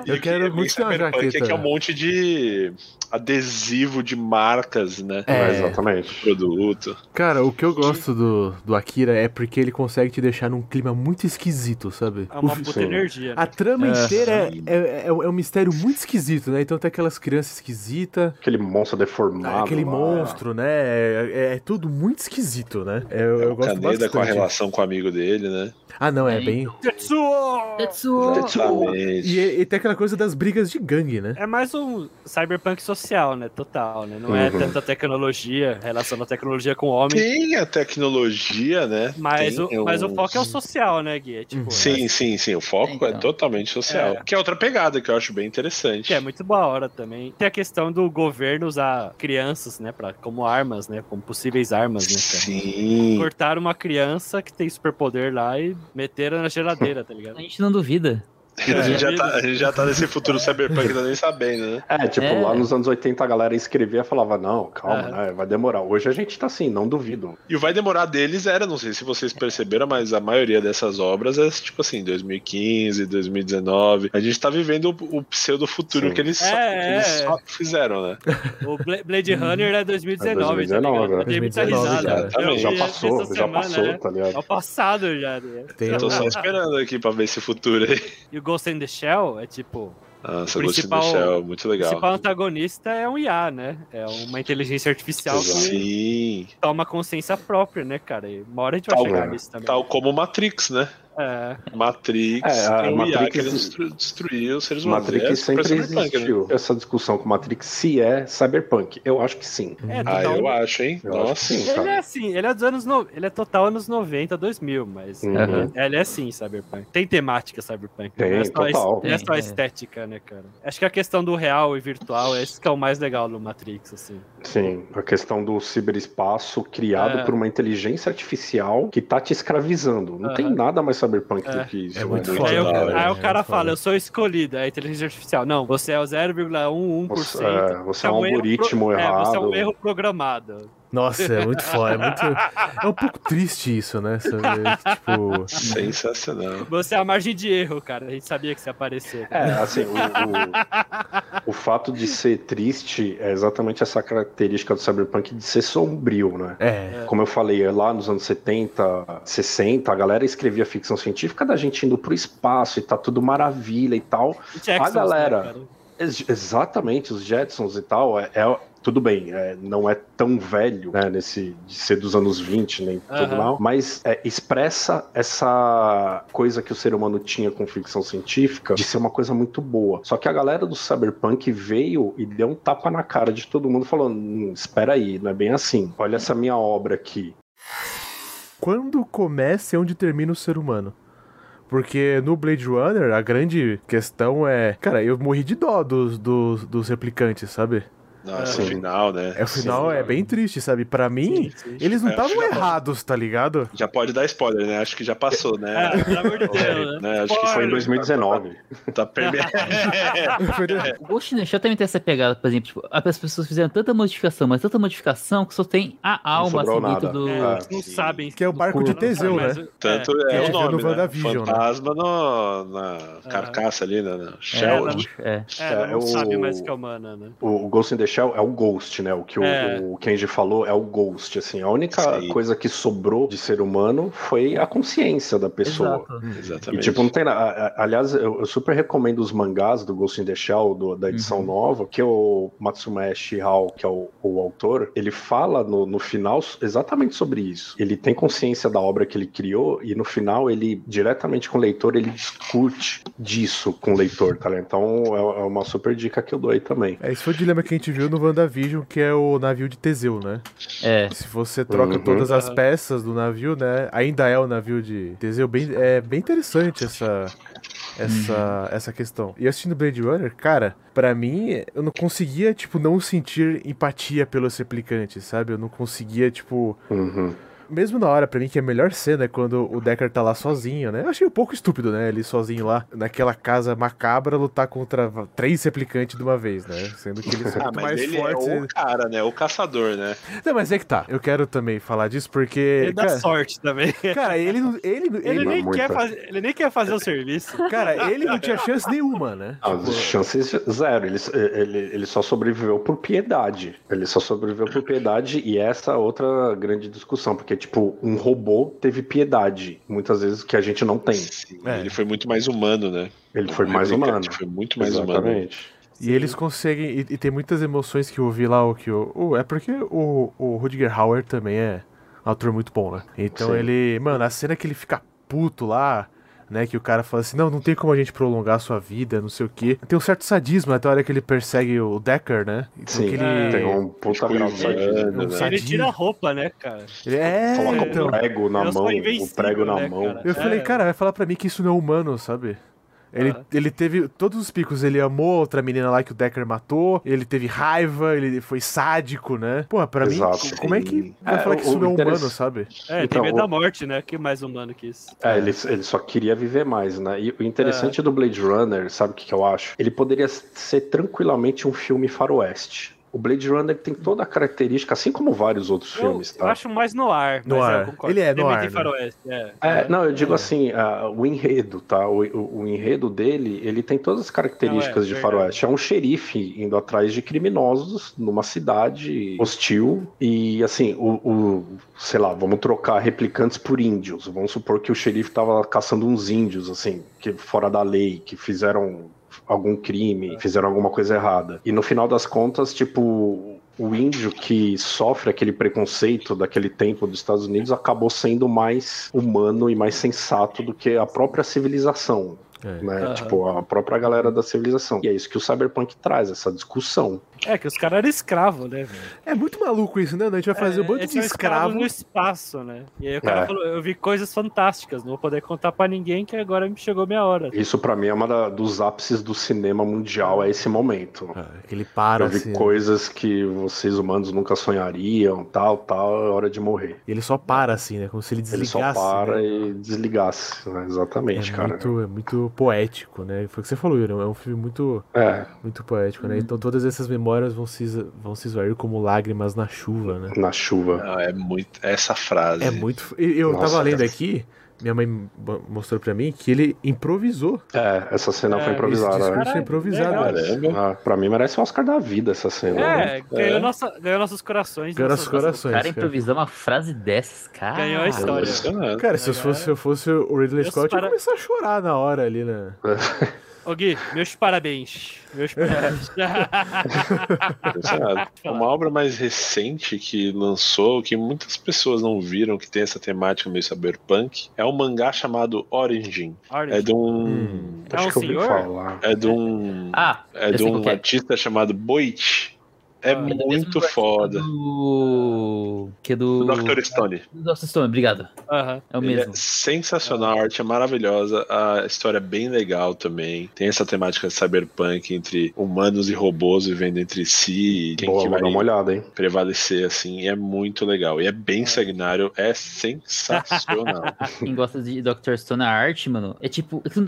[SPEAKER 1] Eu
[SPEAKER 2] E o que
[SPEAKER 1] quero
[SPEAKER 2] é
[SPEAKER 1] muito
[SPEAKER 2] bem
[SPEAKER 1] ter uma
[SPEAKER 2] cyberpunk é que
[SPEAKER 1] jaqueta.
[SPEAKER 2] é um monte de adesivo de marcas, né?
[SPEAKER 5] É,
[SPEAKER 4] É.
[SPEAKER 5] exatamente.
[SPEAKER 2] Produto.
[SPEAKER 1] Cara, o que eu gosto do, do Akira é porque ele consegue te deixar num clima muito esquisito, sabe?
[SPEAKER 3] É
[SPEAKER 1] O
[SPEAKER 3] uma
[SPEAKER 1] fi-
[SPEAKER 3] puta
[SPEAKER 5] Sim. Ah,
[SPEAKER 3] energia.
[SPEAKER 1] a trama
[SPEAKER 4] É.
[SPEAKER 1] inteira é, é, é um é um mistério muito esquisito, né? Então tem aquelas crianças esquisitas,
[SPEAKER 5] Aquele monstro deformado.
[SPEAKER 1] Ah, aquele
[SPEAKER 5] lá.
[SPEAKER 1] monstro, né? É, é- é tudo muito esquisito, né? Eu, eu
[SPEAKER 2] o
[SPEAKER 1] gosto
[SPEAKER 2] Caneda
[SPEAKER 1] bastante.
[SPEAKER 2] com a relação com o amigo dele, né?
[SPEAKER 1] Ah, não, é
[SPEAKER 4] É,
[SPEAKER 1] bem.
[SPEAKER 3] Tetsuo! Oh.
[SPEAKER 4] Tetsuo!
[SPEAKER 2] Exatamente.
[SPEAKER 1] E, é e tem aquela coisa das brigas de gangue, né?
[SPEAKER 3] É mais um cyberpunk social, né? Total, né? Não é
[SPEAKER 5] Uhum.
[SPEAKER 3] tanta tecnologia, relação à tecnologia com o homem,
[SPEAKER 2] Tem a tecnologia, né?
[SPEAKER 3] mas,
[SPEAKER 2] Tem
[SPEAKER 3] o, mas o
[SPEAKER 2] uns-
[SPEAKER 3] foco é o social, né, Gui? É tipo,
[SPEAKER 2] Sim, sim, sim. O foco é
[SPEAKER 4] Então.
[SPEAKER 2] totalmente social.
[SPEAKER 3] É.
[SPEAKER 2] Que é outra pegada que eu acho bem interessante.
[SPEAKER 3] Que é muito boa hora também. Tem a questão do governo usar crianças, né, pra, como armas, né, como possíveis armas,
[SPEAKER 1] então.
[SPEAKER 3] né, cara?
[SPEAKER 2] Sim.
[SPEAKER 3] Cortaram uma criança que tem superpoder lá e meteram na geladeira, tá ligado?
[SPEAKER 4] A gente não duvida.
[SPEAKER 2] A,
[SPEAKER 3] É.
[SPEAKER 2] gente já tá, a gente já tá nesse futuro cyberpunk, tá nem sabendo, né?
[SPEAKER 5] É, tipo,
[SPEAKER 4] É.
[SPEAKER 5] lá nos anos 80 a galera escrevia e falava, não, calma,
[SPEAKER 3] É.
[SPEAKER 5] né? Vai demorar. Hoje a gente tá assim, não duvido.
[SPEAKER 2] E o vai demorar deles era, não sei se vocês perceberam, mas a maioria dessas obras é tipo assim, 2015, 2019. A gente tá vivendo o, o pseudo futuro
[SPEAKER 5] Sim.
[SPEAKER 2] que eles, só,
[SPEAKER 3] É,
[SPEAKER 2] que eles
[SPEAKER 3] é.
[SPEAKER 2] só fizeram, né?
[SPEAKER 3] O Bla-
[SPEAKER 5] Uhum.
[SPEAKER 3] Blade Runner é 2019, tá
[SPEAKER 5] 2019,
[SPEAKER 3] ligado? Eu dei muita
[SPEAKER 1] 2019,
[SPEAKER 3] risada.
[SPEAKER 2] cara.
[SPEAKER 3] Eu
[SPEAKER 2] Também,
[SPEAKER 5] né? já
[SPEAKER 3] vi
[SPEAKER 5] passou,
[SPEAKER 3] né? essa
[SPEAKER 5] já
[SPEAKER 3] semana,
[SPEAKER 5] passou,
[SPEAKER 3] né?
[SPEAKER 5] tá ligado?
[SPEAKER 3] É o passado já, né?
[SPEAKER 1] Tem
[SPEAKER 2] Eu tô só
[SPEAKER 1] um-
[SPEAKER 2] esperando aqui pra ver esse futuro aí.
[SPEAKER 3] E o Ghost in the Shell é tipo,
[SPEAKER 2] Nossa,
[SPEAKER 3] O
[SPEAKER 2] Ghost in the
[SPEAKER 3] principal-
[SPEAKER 2] Shell, muito
[SPEAKER 3] o
[SPEAKER 2] legal.
[SPEAKER 3] principal antagonista é um IA, né? É uma inteligência artificial que
[SPEAKER 2] Sim.
[SPEAKER 3] toma consciência própria, né, cara? E uma hora a gente vai
[SPEAKER 2] Tal-
[SPEAKER 3] chegar nisso também.
[SPEAKER 2] Tal como Matrix, né?
[SPEAKER 3] É.
[SPEAKER 2] Matrix,
[SPEAKER 5] É, a
[SPEAKER 2] tem o IA
[SPEAKER 5] Matrix-
[SPEAKER 2] que eles destru- destruíram os seres humanos.
[SPEAKER 5] Matrix
[SPEAKER 2] É, super
[SPEAKER 5] sempre
[SPEAKER 2] cyberpunk, né?
[SPEAKER 5] existiu. Essa discussão com Matrix, se é cyberpunk, eu acho que sim.
[SPEAKER 3] É,
[SPEAKER 2] Ah,
[SPEAKER 3] total.
[SPEAKER 2] eu acho, hein?
[SPEAKER 5] Eu acho
[SPEAKER 2] Nossa.
[SPEAKER 5] que sim.
[SPEAKER 3] ele
[SPEAKER 5] sabe?
[SPEAKER 3] é assim, ele é dos anos no... ele é total anos 90, 2000, mas
[SPEAKER 5] Uhum.
[SPEAKER 3] ele, ele é assim, cyberpunk. Tem temática cyberpunk,
[SPEAKER 5] Tem,
[SPEAKER 3] não é só,
[SPEAKER 5] total.
[SPEAKER 3] não é só
[SPEAKER 4] Tem, é.
[SPEAKER 3] estética, né, cara? Acho que a questão do real e virtual é isso que é o mais legal do Matrix, assim.
[SPEAKER 5] Sim, a questão do ciberespaço criado
[SPEAKER 3] É.
[SPEAKER 5] por uma inteligência artificial que tá te escravizando. Não tem
[SPEAKER 3] Aham.
[SPEAKER 5] nada mais cyberpunk
[SPEAKER 3] É.
[SPEAKER 5] do que isso.
[SPEAKER 1] É muito
[SPEAKER 5] né?
[SPEAKER 1] foda,
[SPEAKER 3] aí, o-
[SPEAKER 2] da hora,
[SPEAKER 3] aí
[SPEAKER 1] né?
[SPEAKER 3] o cara
[SPEAKER 4] É,
[SPEAKER 1] Muito
[SPEAKER 3] fala,
[SPEAKER 1] foda.
[SPEAKER 3] eu sou escolhido, é a inteligência artificial. Não, você é o 0,11%.
[SPEAKER 5] Você, é, você é um
[SPEAKER 3] erro pro-
[SPEAKER 5] algoritmo
[SPEAKER 3] É, você é um
[SPEAKER 5] errado.
[SPEAKER 3] erro programado.
[SPEAKER 1] Nossa, é muito foda. É, muito... é um pouco triste isso, né? Saber, tipo.
[SPEAKER 2] Sensacional.
[SPEAKER 3] Você é a margem de erro, cara. A gente sabia que você ia aparecer.
[SPEAKER 5] É, assim, o, o- o fato de ser triste é exatamente essa característica do cyberpunk de ser sombrio, né?
[SPEAKER 1] É.
[SPEAKER 5] Como eu falei, lá nos anos 70, 60, a galera escrevia ficção científica da gente indo pro espaço e tá tudo maravilha e tal.
[SPEAKER 3] Jackson,
[SPEAKER 5] A galera-
[SPEAKER 3] né, cara?
[SPEAKER 5] Ex- Exatamente, os Jetsons e tal, é, é- tudo bem, é, não é tão velho, né, nesse, de ser dos anos 20, nem tudo
[SPEAKER 3] Aham.
[SPEAKER 5] mal, mas é, expressa essa coisa que o ser humano tinha com ficção científica de ser uma coisa muito boa. Só que a galera do cyberpunk veio e deu um tapa na cara de todo mundo, falando, "Hum, espera aí, não é bem assim, olha essa minha obra aqui.
[SPEAKER 1] Quando começa e onde termina o ser humano? Porque no Blade Runner, a grande questão é. Cara, eu morri de dó dos, dos, dos replicantes, sabe?
[SPEAKER 2] Nossa,
[SPEAKER 5] Sim.
[SPEAKER 2] o final, né?
[SPEAKER 1] É, o final
[SPEAKER 2] Sim.
[SPEAKER 1] é bem triste, sabe? Pra mim,
[SPEAKER 3] Sim, sim.
[SPEAKER 1] eles não
[SPEAKER 2] É, o
[SPEAKER 1] estavam
[SPEAKER 2] final.
[SPEAKER 1] errados, tá ligado?
[SPEAKER 2] Já pode dar spoiler, né? Acho que já passou, né?
[SPEAKER 3] É, pelo amor de Deus, né?
[SPEAKER 2] Né? Acho que
[SPEAKER 5] Foi
[SPEAKER 2] foi
[SPEAKER 5] em
[SPEAKER 2] em
[SPEAKER 5] 2019.
[SPEAKER 2] Tá perdendo.
[SPEAKER 4] O Ghost né, in the Shell também tem essa pegada, por exemplo, tipo, as pessoas fizeram tanta modificação, mas tanta modificação que só tem a alma
[SPEAKER 5] sobrou
[SPEAKER 4] assim dentro
[SPEAKER 5] nada.
[SPEAKER 4] do.
[SPEAKER 3] É, eles não
[SPEAKER 2] sim.
[SPEAKER 3] sabem.
[SPEAKER 1] Que é o barco de
[SPEAKER 4] Não, não sabe,
[SPEAKER 1] Teseu, né?
[SPEAKER 3] mas-
[SPEAKER 2] Tanto
[SPEAKER 1] É,
[SPEAKER 2] é,
[SPEAKER 1] é
[SPEAKER 2] o
[SPEAKER 1] no
[SPEAKER 2] nome, né?
[SPEAKER 1] WandaVision, né?
[SPEAKER 2] Fantasma no, na carcaça ali, né? Na shell.
[SPEAKER 3] não-
[SPEAKER 4] É.
[SPEAKER 3] É, ela
[SPEAKER 5] É,
[SPEAKER 3] não
[SPEAKER 5] o-
[SPEAKER 3] sabe mais que é humana, né?
[SPEAKER 5] O Ghost in the Shell é o Ghost, né? O que o-
[SPEAKER 3] É.
[SPEAKER 5] o, Kenji falou é o Ghost, assim. A única
[SPEAKER 2] Sim.
[SPEAKER 5] coisa que sobrou de ser humano foi a consciência da pessoa.
[SPEAKER 4] Exato.
[SPEAKER 1] né?
[SPEAKER 5] E,
[SPEAKER 2] Exatamente.
[SPEAKER 5] tipo, não tem nada. A- a- Aliás, eu, eu super recomendo os mangás do Ghost in the Shell, do- da edição
[SPEAKER 4] Uhum.
[SPEAKER 5] nova, que o Matsumae Shihao, que é o, o autor, ele fala no, no final s- exatamente sobre isso. Ele tem consciência da obra que ele criou e no final ele, diretamente com o leitor, ele discute disso com o leitor, tá? ligado? Então é, é uma super dica que eu dou aí também.
[SPEAKER 1] É, esse foi o dilema que a gente viu no WandaVision, que é o navio de Teseu, né?
[SPEAKER 4] É.
[SPEAKER 1] Se você troca
[SPEAKER 5] Uhum.
[SPEAKER 1] todas as
[SPEAKER 3] Aham.
[SPEAKER 1] peças do navio, né? Ainda é o navio de Teseu. Bem, é bem interessante essa,
[SPEAKER 2] Uhum.
[SPEAKER 1] essa, essa questão. E assistindo Blade Runner, cara, pra mim, eu não conseguia, tipo, não sentir empatia pelos replicantes, sabe? Eu não conseguia, tipo,
[SPEAKER 5] Uhum.
[SPEAKER 1] mesmo na hora, pra mim, que a melhor cena é quando o Decker tá lá sozinho, né? Eu achei um pouco estúpido, né? Ele sozinho lá, naquela casa macabra, lutar contra va- três replicantes de uma vez, né? Sendo que ele é
[SPEAKER 2] Ah,
[SPEAKER 1] muito
[SPEAKER 2] mas
[SPEAKER 1] mais
[SPEAKER 2] ele
[SPEAKER 1] forte.
[SPEAKER 2] é o cara, né? O caçador, né?
[SPEAKER 1] Não, mas é que tá. Eu quero também falar disso porque.
[SPEAKER 3] Ele dá
[SPEAKER 1] Cara,
[SPEAKER 3] sorte também.
[SPEAKER 1] cara, ele não. Ele, não-
[SPEAKER 3] Ele
[SPEAKER 1] ele-
[SPEAKER 5] não é
[SPEAKER 3] nem,
[SPEAKER 5] muito.
[SPEAKER 3] quer fazer, ele nem quer fazer o serviço.
[SPEAKER 1] cara, ele não tinha chance nenhuma, né?
[SPEAKER 5] As
[SPEAKER 2] Tipo,
[SPEAKER 5] chances zero. Ele, ele, ele só sobreviveu por piedade. Ele só sobreviveu por piedade e essa é outra grande discussão, porque, tipo, um robô teve piedade, muitas vezes que a gente não tem.
[SPEAKER 2] Sim,
[SPEAKER 1] É.
[SPEAKER 2] Ele foi muito mais humano, né?
[SPEAKER 5] Ele foi
[SPEAKER 2] O
[SPEAKER 5] mais humano.
[SPEAKER 2] replicante Foi muito mais humano.
[SPEAKER 5] Exatamente.
[SPEAKER 1] E eles conseguem. E, e tem muitas emoções que eu ouvi lá, o que o. o- é porque o, o Rudiger Hauer também é um ator muito bom, né? Então
[SPEAKER 5] Sim.
[SPEAKER 1] ele. Mano, a cena que ele fica puto lá. Né, que o cara fala assim, não, não tem como a gente prolongar a sua vida, não sei o quê. Tem um certo sadismo até a hora que ele persegue o Decker, né? Então
[SPEAKER 5] Sim,
[SPEAKER 1] que
[SPEAKER 3] É.
[SPEAKER 1] ele,
[SPEAKER 5] tem um puta
[SPEAKER 2] Tipo,
[SPEAKER 5] grau de sadismo.
[SPEAKER 2] humano, né?
[SPEAKER 1] Tadinho.
[SPEAKER 3] Ele tira né? a roupa, né, cara?
[SPEAKER 1] ele- É,
[SPEAKER 5] Coloca
[SPEAKER 1] então.
[SPEAKER 5] o prego na
[SPEAKER 3] eu sou
[SPEAKER 5] mão, o
[SPEAKER 3] invencível,
[SPEAKER 5] prego na
[SPEAKER 3] né,
[SPEAKER 5] mão.
[SPEAKER 3] cara?
[SPEAKER 1] Eu falei,
[SPEAKER 3] É.
[SPEAKER 1] cara, vai falar pra mim que isso não é humano, sabe? Ele,
[SPEAKER 3] Ah.
[SPEAKER 1] ele teve todos os picos. Ele amou outra menina lá que o Decker matou. Ele teve raiva, ele foi sádico, né? Porra, pra mim,
[SPEAKER 5] Exato.
[SPEAKER 1] co- como é que vai
[SPEAKER 5] É,
[SPEAKER 1] falar que
[SPEAKER 5] o-
[SPEAKER 1] isso não é
[SPEAKER 5] o
[SPEAKER 1] humano,
[SPEAKER 5] interessa-
[SPEAKER 1] sabe?
[SPEAKER 3] É,
[SPEAKER 5] Então,
[SPEAKER 3] tem medo da
[SPEAKER 5] o-
[SPEAKER 3] morte, né? Que mais humano que isso.
[SPEAKER 5] É, ele, ele só queria viver mais, né? E o interessante
[SPEAKER 3] É.
[SPEAKER 5] do Blade Runner, sabe o que, que eu acho? Ele poderia ser tranquilamente um filme faroeste. O Blade Runner tem toda a característica, assim como vários outros
[SPEAKER 3] Eu,
[SPEAKER 5] filmes,
[SPEAKER 3] eu
[SPEAKER 5] tá?
[SPEAKER 3] acho mais no ar, mas
[SPEAKER 1] Noir.
[SPEAKER 3] eu concordo.
[SPEAKER 1] Ele é
[SPEAKER 3] Tem medo
[SPEAKER 1] noir,
[SPEAKER 3] de
[SPEAKER 1] né?
[SPEAKER 3] faroeste, é.
[SPEAKER 5] É, não, eu digo assim, ah, o enredo, tá? O, o- o enredo dele, ele tem todas as características
[SPEAKER 3] Não, é,
[SPEAKER 5] de
[SPEAKER 3] verdade.
[SPEAKER 5] faroeste. É um xerife indo atrás de criminosos numa cidade hostil e, assim, o, o- sei lá, vamos trocar replicantes por índios. Vamos supor que o xerife tava caçando uns índios, assim, que fora da lei, que fizeram algum crime, fizeram alguma coisa errada. E no final das contas, tipo, o índio que sofre aquele preconceito daquele tempo dos Estados Unidos acabou sendo mais humano e mais sensato do que a própria civilização, né?
[SPEAKER 3] Aham.
[SPEAKER 5] Tipo, a própria galera da civilização. E é isso que o Cyberpunk traz, essa discussão.
[SPEAKER 3] É, que os caras eram escravos, né, velho?
[SPEAKER 1] É muito maluco isso, né? A gente vai fazer um
[SPEAKER 3] É,
[SPEAKER 1] bando
[SPEAKER 3] eles
[SPEAKER 1] de
[SPEAKER 3] são escravos
[SPEAKER 1] escravo.
[SPEAKER 3] no espaço, né? E aí o cara
[SPEAKER 5] É.
[SPEAKER 3] falou, eu vi coisas fantásticas, não vou poder contar pra ninguém que agora me chegou minha hora.
[SPEAKER 5] Isso pra mim é uma da- dos ápices do cinema mundial, é esse momento.
[SPEAKER 1] Ah, Aquele para,
[SPEAKER 5] Eu vi
[SPEAKER 1] assim. né?
[SPEAKER 5] coisas que vocês humanos nunca sonhariam, tal, tal, é hora de morrer.
[SPEAKER 1] Ele só para, assim, né? Como se ele
[SPEAKER 5] Ele
[SPEAKER 1] desligasse.
[SPEAKER 5] só para
[SPEAKER 1] né?
[SPEAKER 5] e desligasse, né? Exatamente,
[SPEAKER 1] É
[SPEAKER 5] cara.
[SPEAKER 1] muito, é muito poético, né? Foi o que você falou, Irão. É um filme muito,
[SPEAKER 5] É,
[SPEAKER 1] muito poético,
[SPEAKER 3] Uhum.
[SPEAKER 1] né? Então todas essas memórias vão se, vão se esvair como lágrimas na chuva, né?
[SPEAKER 5] na chuva.
[SPEAKER 2] Não, é muito. Essa frase.
[SPEAKER 1] É muito. f- e- Eu
[SPEAKER 5] Nossa,
[SPEAKER 1] tava lendo
[SPEAKER 5] cara.
[SPEAKER 1] aqui, minha mãe bo- mostrou pra mim que ele improvisou.
[SPEAKER 5] É, essa cena
[SPEAKER 3] É,
[SPEAKER 5] foi
[SPEAKER 1] Esse
[SPEAKER 5] improvisada. né?
[SPEAKER 1] discurso é
[SPEAKER 3] Caralho,
[SPEAKER 1] improvisado.
[SPEAKER 3] legal.
[SPEAKER 2] Caramba.
[SPEAKER 5] Ah, pra mim merece o Oscar da vida essa cena. né?
[SPEAKER 3] É,
[SPEAKER 2] Uhum.
[SPEAKER 3] ganhou, nossa- ganhou nossos corações.
[SPEAKER 1] Ganhou
[SPEAKER 3] nossos-
[SPEAKER 1] os corações.
[SPEAKER 4] O cara
[SPEAKER 1] Cara,
[SPEAKER 4] improvisou uma frase dessas, cara.
[SPEAKER 2] Ah,
[SPEAKER 3] Ganhou a história.
[SPEAKER 2] Impressionante.
[SPEAKER 1] Cara, se eu fosse, se eu fosse o Ridley
[SPEAKER 3] Eu
[SPEAKER 1] Scott, eu ia
[SPEAKER 3] para-
[SPEAKER 1] começar a chorar na hora ali, né?
[SPEAKER 3] É Ô Gui, meus parabéns. Meus
[SPEAKER 2] É.
[SPEAKER 3] parabéns.
[SPEAKER 2] Impressionante. Ah, Uma obra mais recente que lançou, que muitas pessoas não viram, que tem essa temática meio cyberpunk, é um mangá chamado Origin.
[SPEAKER 3] Orange.
[SPEAKER 2] É de um.
[SPEAKER 1] Hum.
[SPEAKER 3] É um
[SPEAKER 5] Acho que eu ouvi
[SPEAKER 3] senhor?
[SPEAKER 5] falar.
[SPEAKER 2] É de um.
[SPEAKER 4] Ah,
[SPEAKER 2] é
[SPEAKER 4] eu
[SPEAKER 2] de
[SPEAKER 4] sei
[SPEAKER 2] um
[SPEAKER 4] qual que é.
[SPEAKER 2] artista chamado Boichi. É
[SPEAKER 3] Ah. É do
[SPEAKER 4] mesmo
[SPEAKER 2] muito
[SPEAKER 4] artista
[SPEAKER 2] foda.
[SPEAKER 4] Do... Que é
[SPEAKER 2] Do
[SPEAKER 4] do.
[SPEAKER 2] Dr. Stone.
[SPEAKER 4] Do Dr. Stone, obrigado.
[SPEAKER 3] Aham.
[SPEAKER 4] É o
[SPEAKER 2] Ele
[SPEAKER 4] mesmo.
[SPEAKER 2] É sensacional, a arte é maravilhosa, a história é bem legal também. Tem essa temática de cyberpunk entre humanos e robôs vivendo entre si, e quem
[SPEAKER 5] Boa,
[SPEAKER 2] que
[SPEAKER 5] vou
[SPEAKER 2] vai
[SPEAKER 5] dar uma olhada, hein?
[SPEAKER 2] prevalecer assim. É muito legal e é bem sanguinário, é sensacional.
[SPEAKER 4] Quem gosta de Dr. Stone, a arte, mano, é tipo. No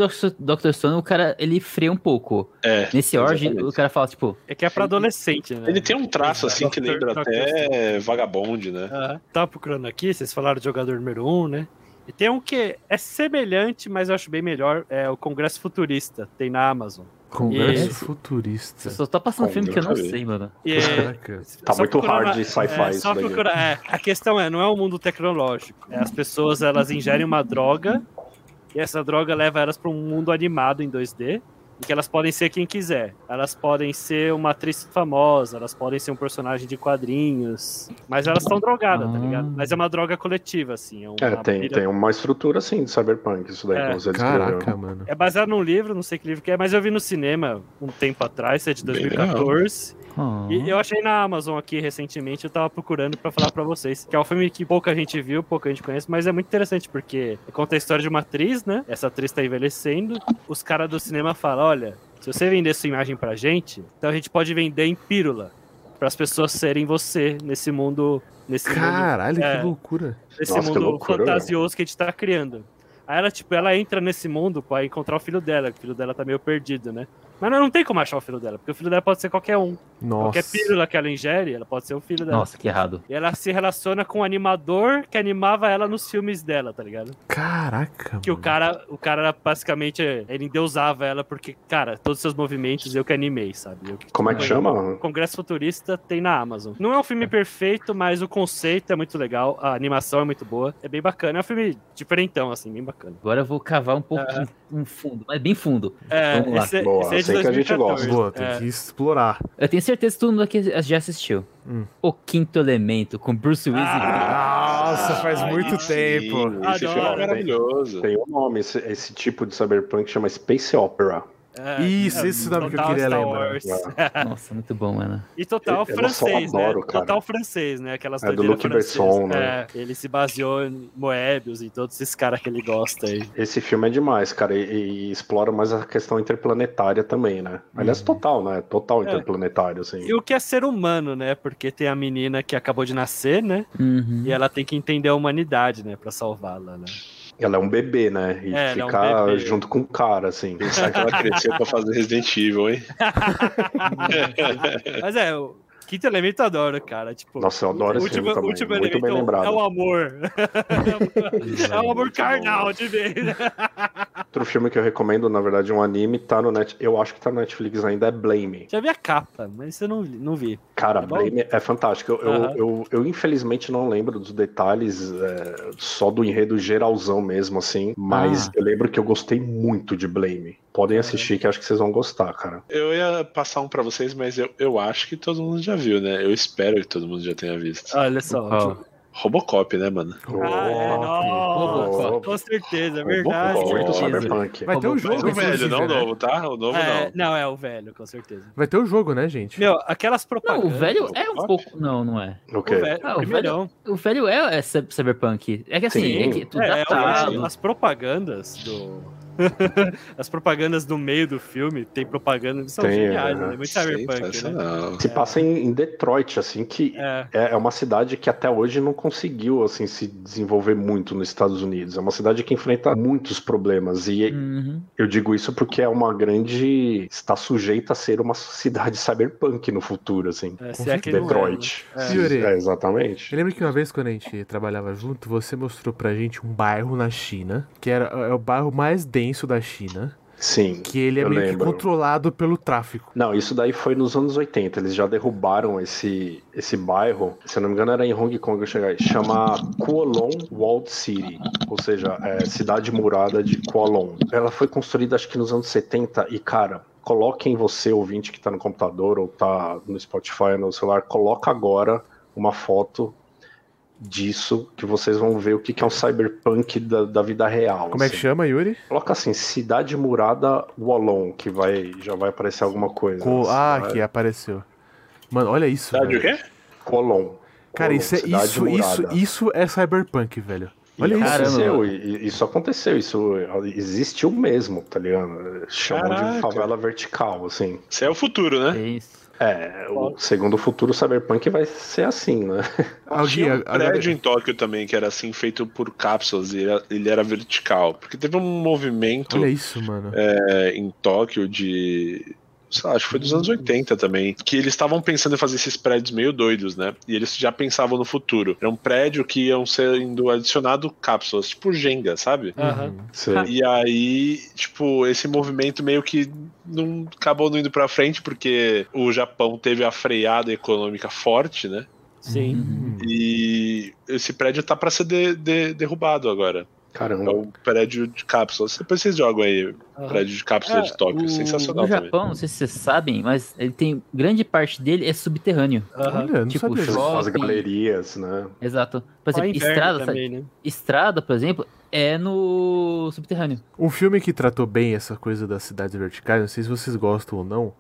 [SPEAKER 4] Dr. Stone, o cara ele freia um pouco.
[SPEAKER 2] é.
[SPEAKER 4] Nesse Orge,
[SPEAKER 2] Exatamente.
[SPEAKER 4] o cara fala, tipo,
[SPEAKER 3] É que é pra adolescente, né?
[SPEAKER 2] Ele tem um traço assim que
[SPEAKER 3] Dr.
[SPEAKER 2] lembra
[SPEAKER 3] Dr.
[SPEAKER 2] até vagabonde, né?
[SPEAKER 3] Aham. Tava procurando aqui, vocês falaram de jogador número um, né? E tem um que é semelhante, mas eu acho bem melhor. É o Congresso Futurista, tem na Amazon.
[SPEAKER 1] Congresso
[SPEAKER 4] Isso.
[SPEAKER 1] futurista.
[SPEAKER 4] eu só tá passando
[SPEAKER 5] Como
[SPEAKER 4] filme que eu não
[SPEAKER 2] nunca vi.
[SPEAKER 4] sei, mano.
[SPEAKER 3] E é-
[SPEAKER 1] Caraca.
[SPEAKER 5] Tá
[SPEAKER 3] Só
[SPEAKER 5] muito
[SPEAKER 3] procurar
[SPEAKER 5] hard
[SPEAKER 3] na-
[SPEAKER 5] sci-fi
[SPEAKER 3] é,
[SPEAKER 5] isso
[SPEAKER 3] só
[SPEAKER 5] daí.
[SPEAKER 3] procurar- é, a questão é, não é um mundo tecnológico. É, as pessoas elas ingerem uma droga e essa droga leva elas para um mundo animado em 2D. Em que elas podem ser quem quiser. Elas podem ser uma atriz famosa, elas podem ser um personagem de quadrinhos. Mas elas estão drogadas, tá
[SPEAKER 4] Ah.
[SPEAKER 3] ligado? Mas é uma droga coletiva, assim. É, uma
[SPEAKER 5] É, tem,
[SPEAKER 3] pira-
[SPEAKER 5] tem uma estrutura assim de cyberpunk, isso daí
[SPEAKER 3] É.
[SPEAKER 5] que você descreveu. né?
[SPEAKER 1] Caraca, mano.
[SPEAKER 3] É baseado num livro, não sei que livro que é, mas eu vi no cinema um tempo atrás, é de
[SPEAKER 2] Bem
[SPEAKER 3] 2014.
[SPEAKER 4] Ah.
[SPEAKER 5] Uhum.
[SPEAKER 3] E eu achei na Amazon aqui recentemente, eu tava procurando pra falar pra vocês, que é um filme que pouca gente viu, pouca gente conhece, mas é muito interessante porque conta a história de uma atriz, né? Essa atriz tá envelhecendo, os caras do cinema falam, olha, se você vender sua imagem pra gente, então a gente pode vender em pílula. para as pessoas serem você nesse mundo, nesse mundo,
[SPEAKER 1] Caralho,
[SPEAKER 3] É.
[SPEAKER 1] que loucura.
[SPEAKER 3] nesse
[SPEAKER 5] Nossa, que
[SPEAKER 3] mundo
[SPEAKER 5] loucura,
[SPEAKER 3] fantasioso que a gente tá criando. Aí ela, tipo, ela entra nesse mundo pra encontrar o filho dela, que o filho dela tá meio perdido, né? Mas ela não tem como achar o filho dela, porque o filho dela pode ser qualquer um.
[SPEAKER 1] Nossa.
[SPEAKER 3] Qualquer pílula que ela ingere, ela pode ser o filho dela.
[SPEAKER 4] Nossa, que errado.
[SPEAKER 3] E ela se relaciona com o animador que animava ela nos filmes dela, tá ligado?
[SPEAKER 1] Caraca.
[SPEAKER 3] Que o
[SPEAKER 1] mano.
[SPEAKER 3] cara, o cara basicamente, ele endeusava ela porque, cara, todos os seus movimentos eu que animei, sabe? Eu que-
[SPEAKER 5] Como é que chama?
[SPEAKER 3] Congresso Futurista tem na Amazon. Não é um filme perfeito, mas o conceito é muito legal, a animação é muito boa, é bem bacana. É um filme diferentão, assim, bem bacana.
[SPEAKER 4] Agora eu vou cavar um pouco um fundo, mas bem fundo.
[SPEAKER 3] É,
[SPEAKER 4] Vamos lá.
[SPEAKER 3] esse,
[SPEAKER 5] Boa,
[SPEAKER 3] esse é de
[SPEAKER 5] sei que a gente
[SPEAKER 3] 2014.
[SPEAKER 1] Boa, tem
[SPEAKER 3] É,
[SPEAKER 1] que explorar.
[SPEAKER 4] Eu tenho certeza que todo mundo aqui já assistiu.
[SPEAKER 1] Hum.
[SPEAKER 4] O Quinto Elemento, com Bruce Willis.
[SPEAKER 3] Ah!
[SPEAKER 1] Nossa, faz
[SPEAKER 3] Ah,
[SPEAKER 1] muito
[SPEAKER 3] sim.
[SPEAKER 1] tempo.
[SPEAKER 5] Esse filme
[SPEAKER 3] Adoro.
[SPEAKER 5] é
[SPEAKER 2] Maravilhoso.
[SPEAKER 5] Tem um nome, esse, esse tipo de cyberpunk chama Space Opera.
[SPEAKER 3] é,
[SPEAKER 1] Isso,
[SPEAKER 3] é,
[SPEAKER 1] esse nome que eu
[SPEAKER 3] total
[SPEAKER 1] queria
[SPEAKER 3] Star
[SPEAKER 1] lembrar.
[SPEAKER 3] Wars.
[SPEAKER 4] e- Nossa, muito bom, mano.
[SPEAKER 3] E total
[SPEAKER 5] Eu- eu não só
[SPEAKER 3] francês,
[SPEAKER 5] adoro,
[SPEAKER 3] né?
[SPEAKER 5] cara.
[SPEAKER 3] Total francês, né? Aquelas
[SPEAKER 5] É do
[SPEAKER 3] doideiras
[SPEAKER 5] Luc
[SPEAKER 3] francesas.
[SPEAKER 5] Besson, né?
[SPEAKER 3] É, ele se baseou em Moebius e todos esses caras que ele gosta aí.
[SPEAKER 5] Esse filme é demais, cara, e, e explora mais a questão interplanetária também, né? Aliás,
[SPEAKER 1] Uhum.
[SPEAKER 5] total, né? Total
[SPEAKER 3] É.
[SPEAKER 5] interplanetário, assim.
[SPEAKER 3] E o que é ser humano, né? Porque tem a menina que acabou de nascer, né?
[SPEAKER 4] Uhum.
[SPEAKER 3] E ela tem que entender a humanidade, né? Pra salvá-la, né?
[SPEAKER 5] Ela é um bebê, né? E
[SPEAKER 3] É, ela é um
[SPEAKER 5] ficar
[SPEAKER 3] bebê.
[SPEAKER 5] junto com o cara, assim.
[SPEAKER 2] Pensar que ela cresceu pra fazer Resident Evil, hein?
[SPEAKER 3] Mas é, o quinto elemento eu adoro, cara. Tipo,
[SPEAKER 5] Nossa, eu adoro esse
[SPEAKER 3] último,
[SPEAKER 5] filme também.
[SPEAKER 3] último
[SPEAKER 5] Muito
[SPEAKER 3] elemento
[SPEAKER 5] bem lembrado.
[SPEAKER 3] é o amor. é o amor
[SPEAKER 5] Muito
[SPEAKER 3] carnal de vez. né?
[SPEAKER 5] Outro filme que eu recomendo, na verdade, é um anime, tá no Net... eu acho que tá no Netflix ainda, é Blame.
[SPEAKER 3] Já vi a capa, mas eu não, vi- não vi.
[SPEAKER 5] Cara,
[SPEAKER 3] Tá bom?
[SPEAKER 5] Blame é fantástico. Eu, eu-
[SPEAKER 3] Aham.
[SPEAKER 5] eu- eu, infelizmente não lembro dos detalhes, é, só do enredo geralzão mesmo, assim. Mas
[SPEAKER 4] Ah.
[SPEAKER 5] eu lembro que eu gostei muito de Blame. Podem assistir, que acho que vocês vão gostar, cara.
[SPEAKER 2] Eu ia passar um pra vocês, mas eu, eu acho que todo mundo já viu, né? Eu espero que todo mundo já tenha visto.
[SPEAKER 3] Olha só.
[SPEAKER 4] Qual?
[SPEAKER 2] Robocop, né, mano?
[SPEAKER 3] Ah, é, nossa,
[SPEAKER 5] Robocop.
[SPEAKER 3] com certeza, é verdade.
[SPEAKER 5] Robocop,
[SPEAKER 4] certeza.
[SPEAKER 5] Cyberpunk.
[SPEAKER 1] Vai ter o
[SPEAKER 4] Mas
[SPEAKER 2] Mas
[SPEAKER 1] jogo,
[SPEAKER 2] o velho,
[SPEAKER 1] inclusive,
[SPEAKER 2] não o
[SPEAKER 1] né?
[SPEAKER 2] novo, tá? O novo
[SPEAKER 3] É,
[SPEAKER 2] não.
[SPEAKER 3] não, é o velho, com certeza.
[SPEAKER 1] Vai ter o jogo, né, gente?
[SPEAKER 3] Meu, aquelas
[SPEAKER 4] Não, o
[SPEAKER 3] propagandas.
[SPEAKER 4] velho é um
[SPEAKER 2] Robocop?
[SPEAKER 4] pouco. Não, não é.
[SPEAKER 5] O
[SPEAKER 3] O
[SPEAKER 5] quê?
[SPEAKER 3] velho,
[SPEAKER 4] Ah, o
[SPEAKER 3] o primeirão.
[SPEAKER 4] O velho é, é cy- cyberpunk. É que assim,
[SPEAKER 5] Sim.
[SPEAKER 4] é que tudo
[SPEAKER 3] É, é,
[SPEAKER 4] datado.
[SPEAKER 3] as propagandas do. as propagandas do meio do filme tem propaganda que são
[SPEAKER 5] Tem,
[SPEAKER 3] geniais,
[SPEAKER 5] é.
[SPEAKER 3] né? Muito cyberpunk, né?
[SPEAKER 2] Sensacional.
[SPEAKER 5] Se passa em, em Detroit, assim, que
[SPEAKER 3] É,
[SPEAKER 5] é, é uma cidade que até hoje não conseguiu, assim, se desenvolver muito nos Estados Unidos. É uma cidade que enfrenta muitos problemas. E,
[SPEAKER 3] Hum.
[SPEAKER 4] Uhum.
[SPEAKER 5] Eu digo isso porque é uma grande. está sujeita a ser uma sociedade cyberpunk no futuro, assim.
[SPEAKER 3] é, se é que não é,
[SPEAKER 5] Detroit.
[SPEAKER 3] né? É.
[SPEAKER 5] Sim,
[SPEAKER 1] Senhorê.
[SPEAKER 5] é, exatamente.
[SPEAKER 1] Eu lembro que uma vez quando a gente trabalhava junto, você mostrou pra gente um bairro na China, que era, é o bairro mais denso da China,
[SPEAKER 5] Sim.
[SPEAKER 1] que ele é
[SPEAKER 5] Eu
[SPEAKER 1] meio que
[SPEAKER 5] lembro.
[SPEAKER 1] controlado pelo tráfico.
[SPEAKER 5] Não, isso daí foi nos anos 80. Eles já derrubaram esse, esse bairro. Se eu não me engano, era em Hong Kong. Eu cheguei. Chama Kualong Walled City. Ou seja, é, cidade murada de Kualong. Ela foi construída acho que nos anos 70. E, cara. Coloquem você, ouvinte, que tá no computador ou tá no Spotify, no celular, coloca agora uma foto disso que vocês vão ver o que, que é um cyberpunk da, da vida real.
[SPEAKER 1] Como é que
[SPEAKER 5] assim.
[SPEAKER 1] chama, Yuri?
[SPEAKER 5] Coloca assim, Cidade Murada Wallon, que vai, já vai aparecer alguma coisa.
[SPEAKER 1] Co- ah,
[SPEAKER 5] Vai-
[SPEAKER 1] aqui apareceu. Mano, olha isso.
[SPEAKER 2] Cidade
[SPEAKER 1] velho.
[SPEAKER 2] o quê?
[SPEAKER 5] Colon.
[SPEAKER 1] Cara,
[SPEAKER 5] Colon,
[SPEAKER 1] isso é,
[SPEAKER 5] Cidade
[SPEAKER 1] isso,
[SPEAKER 5] Murada.
[SPEAKER 1] isso, isso é cyberpunk, velho. Olha
[SPEAKER 5] E
[SPEAKER 1] isso.
[SPEAKER 5] aconteceu, e- e- isso aconteceu, isso existiu mesmo, tá ligado? Chamam de
[SPEAKER 2] Caraca.
[SPEAKER 5] favela vertical, assim.
[SPEAKER 2] Isso é o futuro, né?
[SPEAKER 4] É isso.
[SPEAKER 5] É, o, segundo o futuro, o cyberpunk vai ser assim, né?
[SPEAKER 1] Alguém,
[SPEAKER 2] Tinha um
[SPEAKER 1] agora-
[SPEAKER 2] prédio em Tóquio também, que era assim, feito por cápsulas, e era- ele era vertical. Porque teve um movimento
[SPEAKER 1] Olha isso, mano.
[SPEAKER 2] é, em Tóquio de. sei lá, acho que foi
[SPEAKER 1] Hum.
[SPEAKER 2] dos anos 80 também. Que eles estavam pensando em fazer esses prédios meio doidos, né? E eles já pensavam no futuro. Era um prédio que iam sendo adicionado cápsulas, tipo Jenga, sabe?
[SPEAKER 1] Hum.
[SPEAKER 3] aham.
[SPEAKER 5] Sei.
[SPEAKER 2] E aí, tipo, esse movimento meio que não acabou não indo pra frente, porque o Japão teve a freada econômica forte, né?
[SPEAKER 3] Sim.
[SPEAKER 1] Hum.
[SPEAKER 2] E esse prédio tá pra ser de- de- derrubado agora. É
[SPEAKER 5] Caramba.
[SPEAKER 2] um prédio de cápsulas. Depois vocês jogam aí,
[SPEAKER 3] aham.
[SPEAKER 2] prédio de cápsula
[SPEAKER 4] É,
[SPEAKER 2] de Tóquio.
[SPEAKER 4] o-
[SPEAKER 2] Sensacional
[SPEAKER 4] No
[SPEAKER 2] também.
[SPEAKER 4] Japão, não sei se vocês sabem, mas ele tem. Grande parte dele é subterrâneo.
[SPEAKER 3] Aham.
[SPEAKER 1] Olha, não
[SPEAKER 4] Tipo,
[SPEAKER 1] sabia. disso.
[SPEAKER 4] show.
[SPEAKER 5] As
[SPEAKER 4] shopping.
[SPEAKER 5] galerias, né?
[SPEAKER 4] Exato. Por
[SPEAKER 3] Ó,
[SPEAKER 4] exemplo,
[SPEAKER 3] inverno
[SPEAKER 4] estrada, sabe?
[SPEAKER 3] também, né?
[SPEAKER 4] Estrada, por exemplo, é no subterrâneo.
[SPEAKER 1] Um filme que tratou bem essa coisa das cidades verticais, não sei se vocês gostam ou não,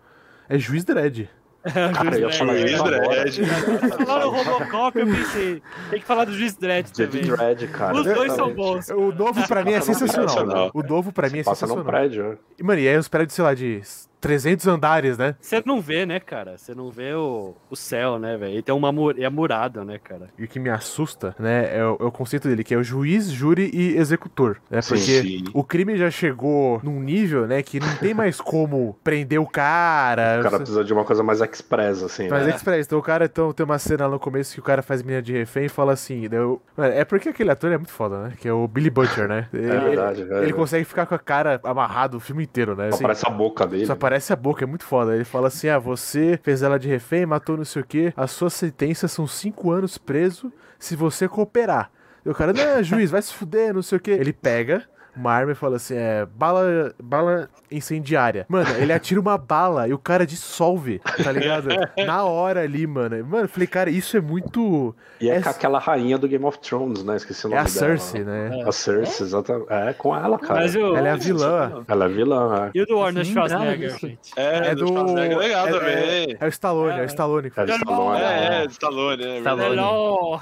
[SPEAKER 1] é Juiz Dredd. É,
[SPEAKER 5] Cara, eu ia
[SPEAKER 3] Juiz
[SPEAKER 5] falar
[SPEAKER 3] Dredd.
[SPEAKER 2] Juiz
[SPEAKER 5] isso agora.
[SPEAKER 2] Dredd.
[SPEAKER 3] Falaram Robocop, eu pensei, tem que falar do Juiz Dredd
[SPEAKER 5] David
[SPEAKER 3] também.
[SPEAKER 5] Dredd, cara.
[SPEAKER 3] Os dois são
[SPEAKER 5] exatamente.
[SPEAKER 3] bons.
[SPEAKER 1] O novo pra mim é
[SPEAKER 5] Passa num
[SPEAKER 1] sensacional.
[SPEAKER 2] prédio,
[SPEAKER 1] O novo pra mim é
[SPEAKER 5] Passa num
[SPEAKER 1] sensacional.
[SPEAKER 5] prédio, né?
[SPEAKER 1] E, mano, e aí os prédios, sei lá, de 300 andares, né?
[SPEAKER 3] Você não vê, né, cara? Você não vê o, o céu, né, velho? Ele tem uma mur... é murada, né, cara?
[SPEAKER 1] E o que me assusta, né, é o, é o conceito dele, que é o juiz, júri e executor. Né?
[SPEAKER 2] Sim,
[SPEAKER 1] Porque
[SPEAKER 2] sim.
[SPEAKER 1] o crime já chegou num nível, né, que não tem mais como prender o cara.
[SPEAKER 5] O cara precisa de uma coisa mais expressa, assim,
[SPEAKER 1] É, Mas
[SPEAKER 5] né?
[SPEAKER 1] é express, então o cara então, tem uma cena lá no começo que o cara faz menina de refém e fala assim. daí eu- Mano, é porque aquele ator é muito foda, né? Que é o Billy Butcher, né? Ele,
[SPEAKER 5] verdade, é
[SPEAKER 1] ele
[SPEAKER 5] verdade.
[SPEAKER 1] consegue ficar com a cara amarrado o filme inteiro, né?
[SPEAKER 5] Só
[SPEAKER 1] Assim,
[SPEAKER 5] parece a boca dele.
[SPEAKER 1] Só aparece a boca, é muito foda. Ele fala assim: ah, você fez ela de refém, matou não sei o quê, a sua sentença são cinco anos preso se você cooperar. E o cara, não, juiz, vai se fuder, não sei o quê. Ele pega. Uma arma e fala assim: é bala, bala incendiária. Mano, ele atira uma bala e o cara dissolve, tá ligado? Na hora ali, mano. Mano, eu falei, cara, isso é muito.
[SPEAKER 5] E é
[SPEAKER 1] é-
[SPEAKER 5] com aquela rainha do Game of Thrones, né? Esqueci
[SPEAKER 1] É
[SPEAKER 5] o nome
[SPEAKER 1] a
[SPEAKER 5] dela.
[SPEAKER 1] Cersei, né?
[SPEAKER 5] A Cersei, exatamente. É, com ela, cara.
[SPEAKER 3] Mas o...
[SPEAKER 1] Ela é a vilã.
[SPEAKER 5] Ela é vilã, é.
[SPEAKER 3] E o do Arnold
[SPEAKER 4] nem lembrava
[SPEAKER 3] Schwarzenegger,
[SPEAKER 4] disso.
[SPEAKER 3] gente?
[SPEAKER 2] É,
[SPEAKER 1] É
[SPEAKER 2] do
[SPEAKER 1] do.
[SPEAKER 2] Schwarzenegger, legal
[SPEAKER 1] é- é,
[SPEAKER 2] também.
[SPEAKER 1] é o Stallone, é o Stallone.
[SPEAKER 5] Ela é Stallone,
[SPEAKER 2] É,
[SPEAKER 5] né?
[SPEAKER 2] é, do Stallone, é.
[SPEAKER 3] Tá
[SPEAKER 4] Stallone.
[SPEAKER 2] verdade.
[SPEAKER 3] Hello!